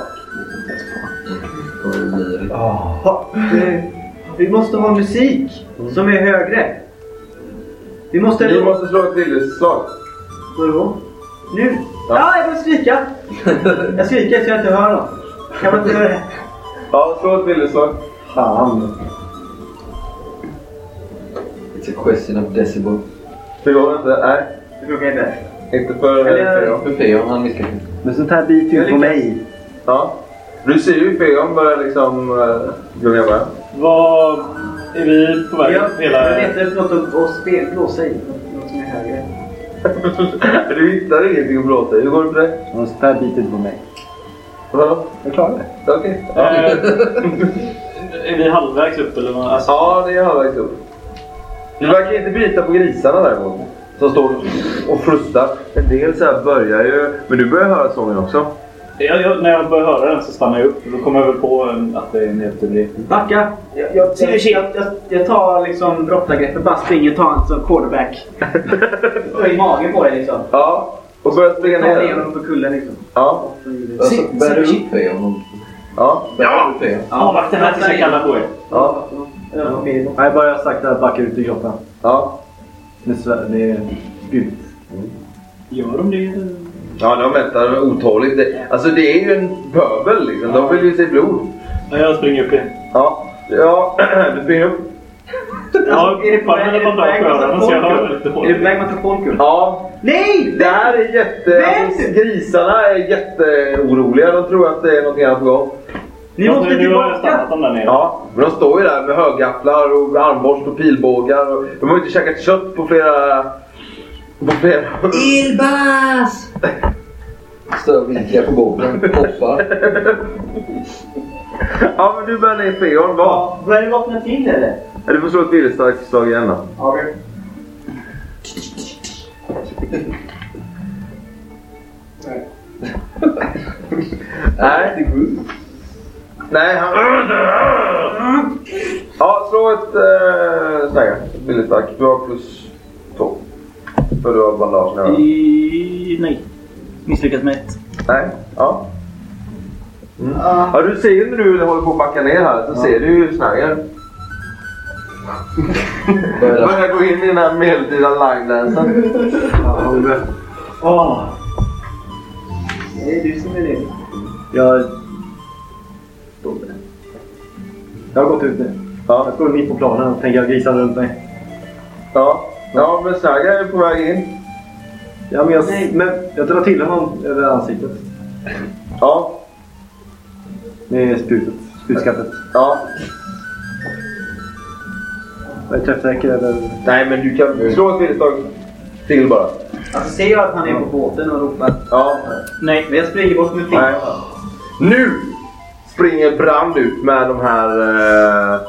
S3: Och det blir-
S5: Jaha. Det
S6: Ah. Vi måste ha musik som är högre. Vi måste...
S4: Ni måste slå ett tillslag.
S6: Vadå? Nu! Ja, ah, jag måste skrika! Jag skriker så jag inte hör något. Kan man inte göra det?
S4: Ja, slå ett tillslag.
S5: Fan.
S3: It's a question of decibel.
S4: Det går inte. Nej.
S6: Det funkar inte.
S4: Inte för eh,
S6: Eller-
S4: Feon.
S3: För Feon, han misslyckades.
S5: Men sånt här biter ju på mig.
S4: Ja. Du ser ju Feon börja liksom eh, gunga med.
S2: Vad... Är vi på väg?
S6: Jag jag
S2: Hela...
S6: letar efter något att- att spela, blåsa i. Något som är högre.
S4: du hittar ingenting att blåsa i. Hur går det för dig?
S5: Men sånt här biter inte på mig.
S4: Vadå?
S5: Jag klarar det.
S4: Okej.
S2: Eh, är vi halvvägs upp eller? vad? Alltså,
S4: Ja, det är halvvägs upp. Du verkar inte bita på grisarna däremot. Som står och frustar. En del så här börjar ju... Men du börjar höra sången också.
S2: jag, jag, när jag börjar höra den så stannar jag upp. Då kommer jag väl på eh, att det är en hjältebrev.
S6: Backa! Jag, jag, jag, jag, jag, jag tar liksom brottargreppet, bara springer och tar en sån quarterback. Och I magen på dig liksom.
S4: Ja. Och börjar springa
S6: Tar
S4: ner.
S6: igenom på kullen liksom.
S4: Ja.
S3: Alltså, bär du upp Feon?
S4: Ja.
S3: Bär du upp Feon?
S2: Avvakta här tills jag kallar på er.
S4: Ja.
S6: Ja.
S5: Nej, bara jag sagt att backa ut i grottan.
S4: Ja.
S5: Med, svär- med spjut.
S2: Gör de det?
S4: Ja, de väntar otåligt. Det- Alltså det är ju en pöbel liksom. De vill ju se blod.
S2: Ja, jag springer upp igen.
S4: Ja. Ja, du springer upp.
S2: Ja,
S6: Är det på
S2: fan, jag
S6: väg- är det
S2: tar
S6: på väg
S2: på
S6: mot
S2: öronen så jag hör
S6: folk?
S2: lite
S6: Är det på
S2: hårt.
S6: väg mot att folk upp?
S4: Ja.
S6: Nej!
S4: Det här är jätte...
S6: Nej!
S4: Alltså, grisarna är jätteoroliga. De tror att det är någonting annat på gång.
S6: Ni
S2: Ja,
S6: måste
S2: nu- Nu har jag
S6: tillbaka!
S2: stannat dem där nere.
S4: Ja, men de står ju där med högafflar och armborst och pilbågar. Och de har ju inte käkat kött på flera... På flera...
S3: Ilbas! Stövvinklar på båten. Hoppar.
S4: ja, men du bär ner Feon. Va?
S6: Börjar ni vakna till eller?
S4: Du får slå ett viljestarkt slag igen då.
S7: Okej.
S4: Nej. Nej, han... Ja, slå ett eh, snäga. Viljestark. Du har plus två. För du har bandage nu.
S8: I... Nej. Misslyckats med ett.
S4: Nej. Ja. Mm. Ja, du ser ju när du håller på att backa ner här så ser du ju snägen. Jag
S3: Börjar
S4: börjar gå in i den här medeltida linedansen.
S8: Åh!
S6: Det är du som är det.
S5: Jag... Jag har gått ut nu.
S4: Ja.
S5: Jag står mitt på planen och tänker jag grisar runt mig.
S4: Ja, ja men Saga är på väg in.
S5: Ja, men,
S6: Nej.
S5: jag, men jag drar till honom över ansiktet.
S4: Ja,
S5: Med spjutet. Spjutskaftet.
S4: ja.
S5: Jag är träffsäker över...
S4: Nej men du kan slå ett villslag till bara.
S6: Alltså ser jag att han är på båten och ropar.
S4: Ja.
S8: Nej.
S6: Men jag springer bort med
S4: Nej.
S6: fingret.
S4: Nu springer Brand ut med de här... Eh,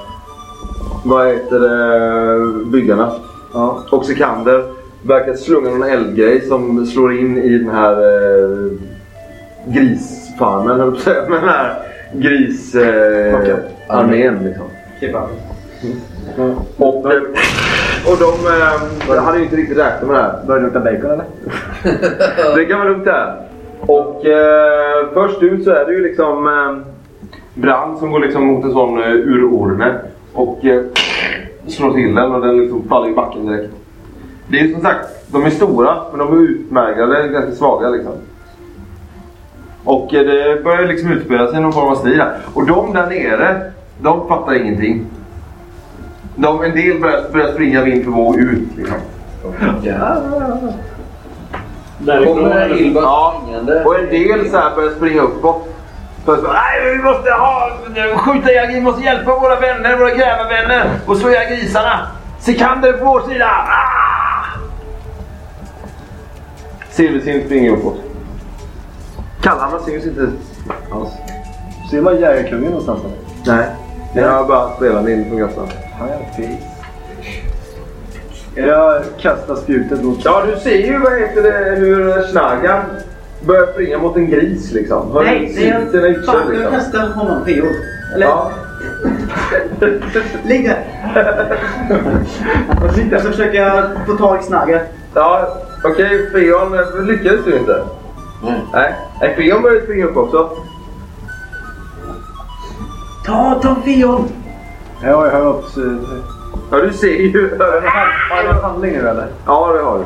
S4: vad heter det? Byggarna.
S5: Ja.
S4: Och Sikander verkar slunga någon eldgrej som slår in i den här eh, grisfarmen höll jag på att säga. Men den här grisarmén
S5: Okej.
S4: eh, armén, liksom.
S6: Kebab.
S4: Och, eh, och de eh, hade ju inte riktigt räknat med det här.
S5: Börjar det lukta bacon eller?
S4: Det kan vara lugnt där. Och eh, först ut så är det ju liksom eh, Brand som går liksom mot en sån eh, urorme och eh, slår till den och den liksom faller i backen direkt. Det är ju som sagt, de är stora men de är utmärglade, ganska svaga liksom. Och eh, det börjar liksom utspela sig någon form av strid här. Och de där nere, de fattar ingenting. De, en del börjar, börjar springa vind för våg ut liksom.
S2: Därifrån
S3: Kommer
S2: eller?
S3: Ilbas springande?
S4: Och en del så här börjar springa uppåt. För att säga, Nej, vi måste ha, skjuta ihjäl vi måste hjälpa våra vänner, våra grävarvänner och slå ihjäl grisarna. Sikander på vår sida! Ah! Silversind springer uppåt. Kallarna syns inte alls.
S5: Ser man jägarkungen någonstans eller?
S4: Nej. Jag har bara spelat in från gatan.
S5: Han är fis. Jag kastar spjutet mot...
S4: Ja, du ser ju vad heter det, hur Snagan börjar springa mot en gris liksom. Hör
S6: Nej, det
S4: sikten är
S6: är...
S4: utsatt,
S6: Fan, jag kastar honom Theo. Eller?
S4: Ja.
S6: Ligg där! Och så försöker jag få tag i Snagga.
S4: Ja, okej. Feon lyckades du inte.
S3: Nej.
S4: Nej. Nej, Feon började springa upp också.
S6: Ta, ta Fion!
S5: Ja, jag har något... eh,
S4: Ja, du ser ju.
S5: Har jag någon handling nu eller?
S4: Ja, det har du.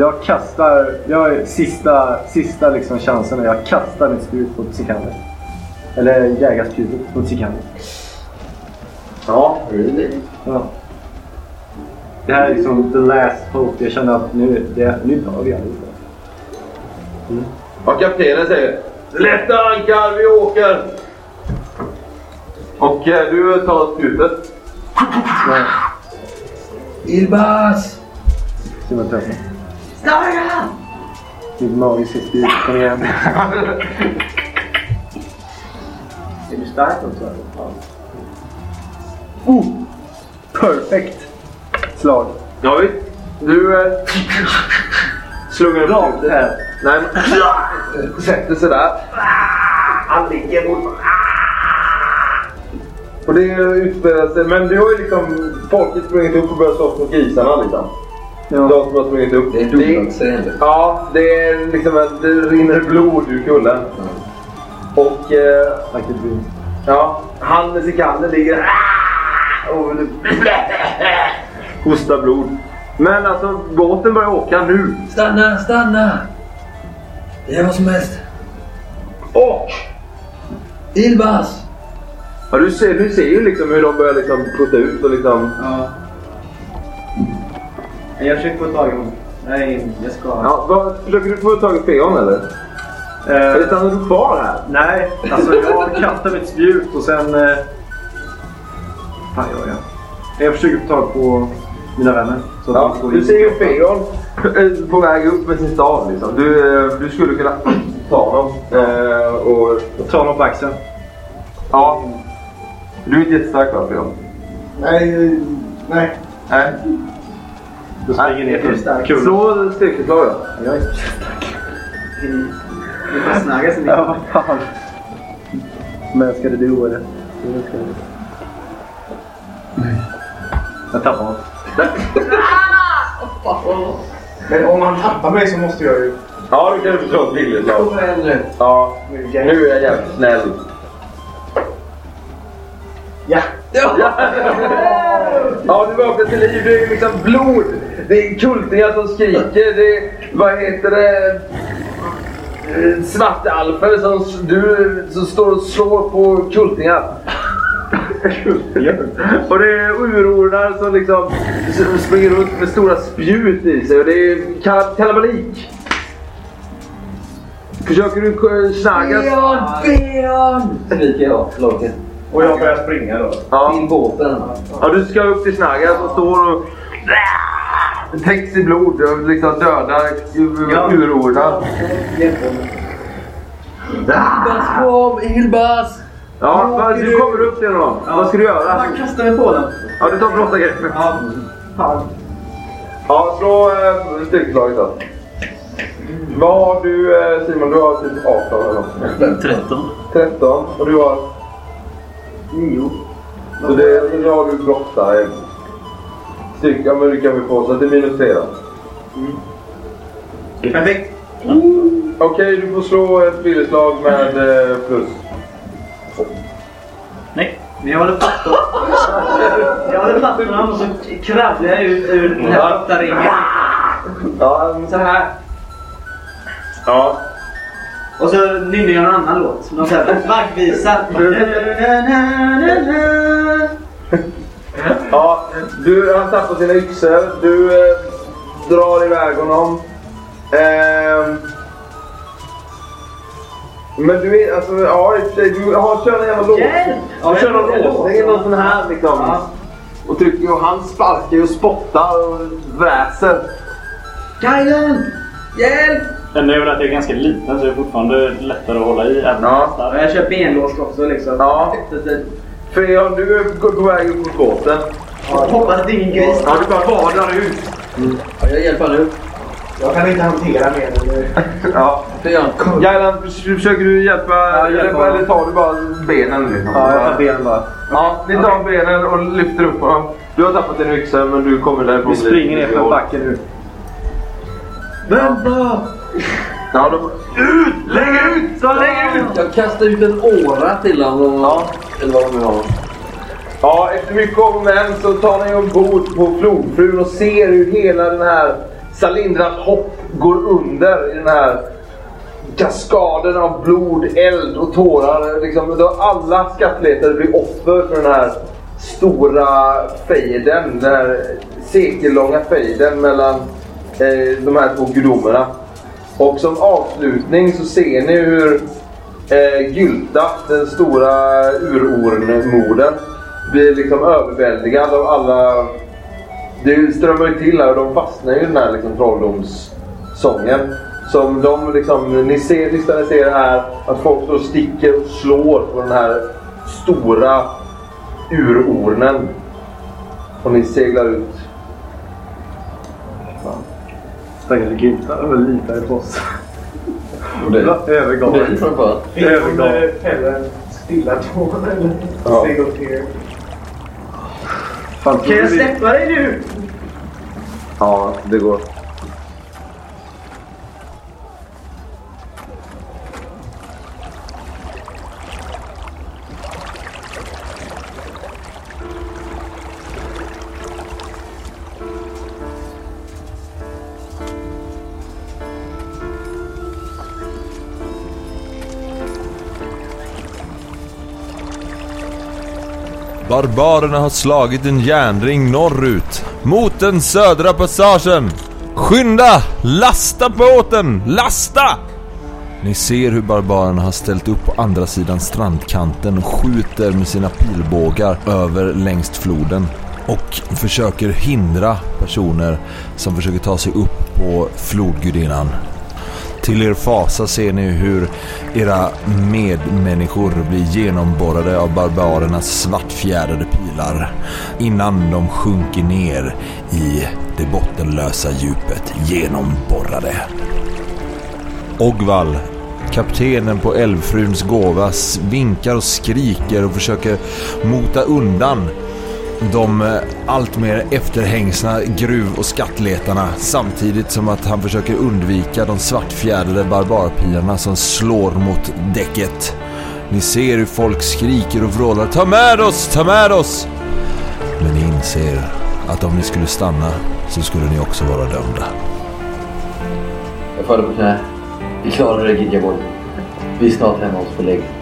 S5: Jag kastar... Jag är sista, sista liksom chansen och jag kastar mitt spjut mot Sikander. Eller jägarspjutet mot Sikander.
S3: Ja, really?
S5: Ja. Det här är liksom the last hope. Jag känner att nu, det, nu tar vi allihopa.
S4: Och kaptenen säger Lätta ankar, vi åker! Och eh, du tar spjutet.
S3: Ilbas!
S5: Simon Tessman. Staga! Mitt magiska spjut, kom igen.
S6: Är du stark också? eller?
S5: Oh! Perfekt slag.
S4: Ja, visst. Du eh, slog en
S5: Rakt här.
S4: Nej, men... Sätter sig där. Han ligger mot... Och det utspelar sig... Men du har ju liksom... Folket sprungit upp och börjat slåss mot grisarna liksom.
S5: Ja.
S4: De som har sprungit upp.
S3: Det är dubbelseende.
S4: Ja, det är liksom... en- Det rinner blod ur kullen. Och... Eh,
S5: Like it be.
S4: Ja, han med Sikander ligger Ah! och hostar blod. Men alltså båten börjar åka nu.
S3: Stanna, stanna! Det är vad som helst.
S4: Och!
S3: Ilbas!
S4: Ja, du ser, du ser ju liksom hur de börjar liksom putta ut och liksom...
S6: Ja. Men Jag försöker få tag i honom. Nej, jag ska...
S4: Ja, vad, försöker du få tag i Feon eller? Eller stannar du kvar här?
S5: Nej, alltså jag kastar mitt spjut och sen... Eh, fan gör jag? Jag försöker få tag på mina vänner. Så att
S4: Ja,
S5: de går
S4: du
S5: in.
S4: ser ju Feon eh, på väg upp med sin stav liksom. Du, eh, du skulle kunna ta honom eh, och...
S5: Ta honom på axeln.
S4: Ja. Du är inte jättestark va Feon?
S7: Nej, eh, nej.
S4: Nej.
S5: Då springer ner
S6: är stark.
S5: Kul.
S4: Slå styrkeslag då.
S5: Jag är-
S6: Vi får snagga sen.
S5: Ja, vad fan. Men ska det du eller? Jag tappar honom.
S7: Men om han tappar mig så måste jag ju...
S4: Ja, du kan du förstå ett billigt lag. Ja, nu är jag jävligt snäll.
S7: Ja.
S4: Ja, du vaknar till liv. Det är liksom blod. Det är kultingar som skriker. Det är, vad heter det? Eh, Svartalfer som, du, som står och slår på kultingar. och det är urordnar som liksom som springer runt med stora spjut i sig. Och det är kal- kalabalik. Försöker du eh, snagga?
S3: Skriker jag, Loke.
S5: Och jag börjar springa då.
S4: Ja.
S3: Till båten.
S4: Ja, du ska upp till Snaggar som står och täcks i blod och liksom dödar
S5: Ja.
S4: urordnar.
S3: Ilbas kom, Ilbas!
S4: Ja, va, du kommer upp till honom. Vad ska du göra?
S6: Fan, kasta mig på den!
S4: Ja, du tar brottargreppet.
S6: Ja, fan.
S4: Ja, slå eh, styrkeslaget då. Vad har du eh, Simon? Du har typ 18 eller något.
S8: 13.
S4: 13 och du har... 9. Så det, då har du blotta. eh, Styrka, ja, men du kan vi få så att det är minus 3 då.
S6: Perfekt.
S4: Okej, du får slå ett viljeslag med eh, plus.
S8: Nej.
S6: Men jag håller fast honom. Jag håller fast honom och så kravlar jag ut ur den här blotta ringen.
S4: Ja,
S6: Så här.
S4: ja.
S6: Och så nynnar jag en annan låt. Någon sån här vaggvisa.
S4: ja du, han tappar sina yxor. Du eh, drar iväg honom. Ehm. men du är, alltså, ja i och för sig, du har kör en jävla lås.
S6: Hjälp!
S4: Ja, kör någon
S6: Hjälp!
S4: låsning eller någon sån här liksom.
S6: Ja.
S4: Och, trycker, och han sparkar ju och spottar och väser.
S6: Guiden! Hjälp!
S8: Ändå är väl att jag är ganska liten så jag är fortfarande lättare att hålla i. Även
S4: Ja.
S8: om jag
S6: Ja,
S8: är
S6: jag kör benlås också liksom.
S4: Ja.
S6: Så att det-
S4: För ja, du är på, på väg upp mot båten.
S6: Hoppas det är ingen gris.
S4: Ja, du bara vadar ut.
S3: Ja, jag hjälper nu.
S7: Jag kan inte hantera mer än nu.
S4: Ja.
S3: Feon.
S4: Jajlan, försöker du hjälpa?
S5: jag hjälper
S4: hjälpa
S5: honom.
S4: eller tar du bara benen? Liksom?
S5: Ja, jag tar benen bara.
S4: Ja, ni tar benen och lyfter upp honom. Du har tappat din yxa men du kommer därifrån.
S5: Vi springer ner för
S4: backen.
S5: backen nu.
S6: Vänta!
S4: Ja, de... Ut! Lägg ut! De lägger ut!
S3: Jag kastar ut en åra till honom. Eller vad de nu har.
S4: Ja, efter mycket om och men så tar ni ombord på flodfrun och ser hur hela den här Salindras hopp går under i den här kaskaden av blod, eld och tårar. Liksom, då alla skattletare blir offer för den här stora fejden. Den här sekellånga fejden mellan eh, de här två gudomerna. Och som avslutning så ser ni hur eh, Gylta, den stora urornmodern, blir liksom överväldigad av alla... Det strömmar ju till här och de fastnar ju i den här liksom trolldomssången. Som de liksom, ni ser, sista ni ser är att folk står och sticker och slår på den här stora urornen. Och ni seglar ut.
S5: Stackars Gylta överlitade på oss.
S3: Och dig.
S5: Övergav
S3: Dig framförallt.
S6: Fick hon
S5: Övergång.
S6: eh, fälla en stilla tår eller?
S4: Ja.
S6: Steg upp till er.
S5: Fan,
S6: Kan
S5: trodde
S6: jag
S5: vi-
S6: släppa dig nu?
S4: Ja, det går.
S1: Barbarerna har slagit en järnring norrut mot den södra passagen. Skynda! Lasta båten! Lasta! Ni ser hur barbarerna har ställt upp på andra sidan strandkanten och skjuter med sina pilbågar över längs floden och försöker hindra personer som försöker ta sig upp på flodgudinnan. Till er fasa ser ni hur era medmänniskor blir genomborrade av barbarernas svartfjädrade pilar innan de sjunker ner i det bottenlösa djupet genomborrade. Ogvall, kaptenen på Älvfruns gåva, vinkar och skriker och försöker mota undan de eh, allt mer efterhängsna gruv och skattletarna samtidigt som att han försöker undvika de svartfjädrade barbarpilarna som slår mot däcket. Ni ser hur folk skriker och vrålar “Ta med oss! Ta med oss!” Men ni inser att om ni skulle stanna så skulle ni också vara dömda.
S3: Jag faller på knä. Vi klarar det Gigabon. Vi är snart hemma hos förlägg.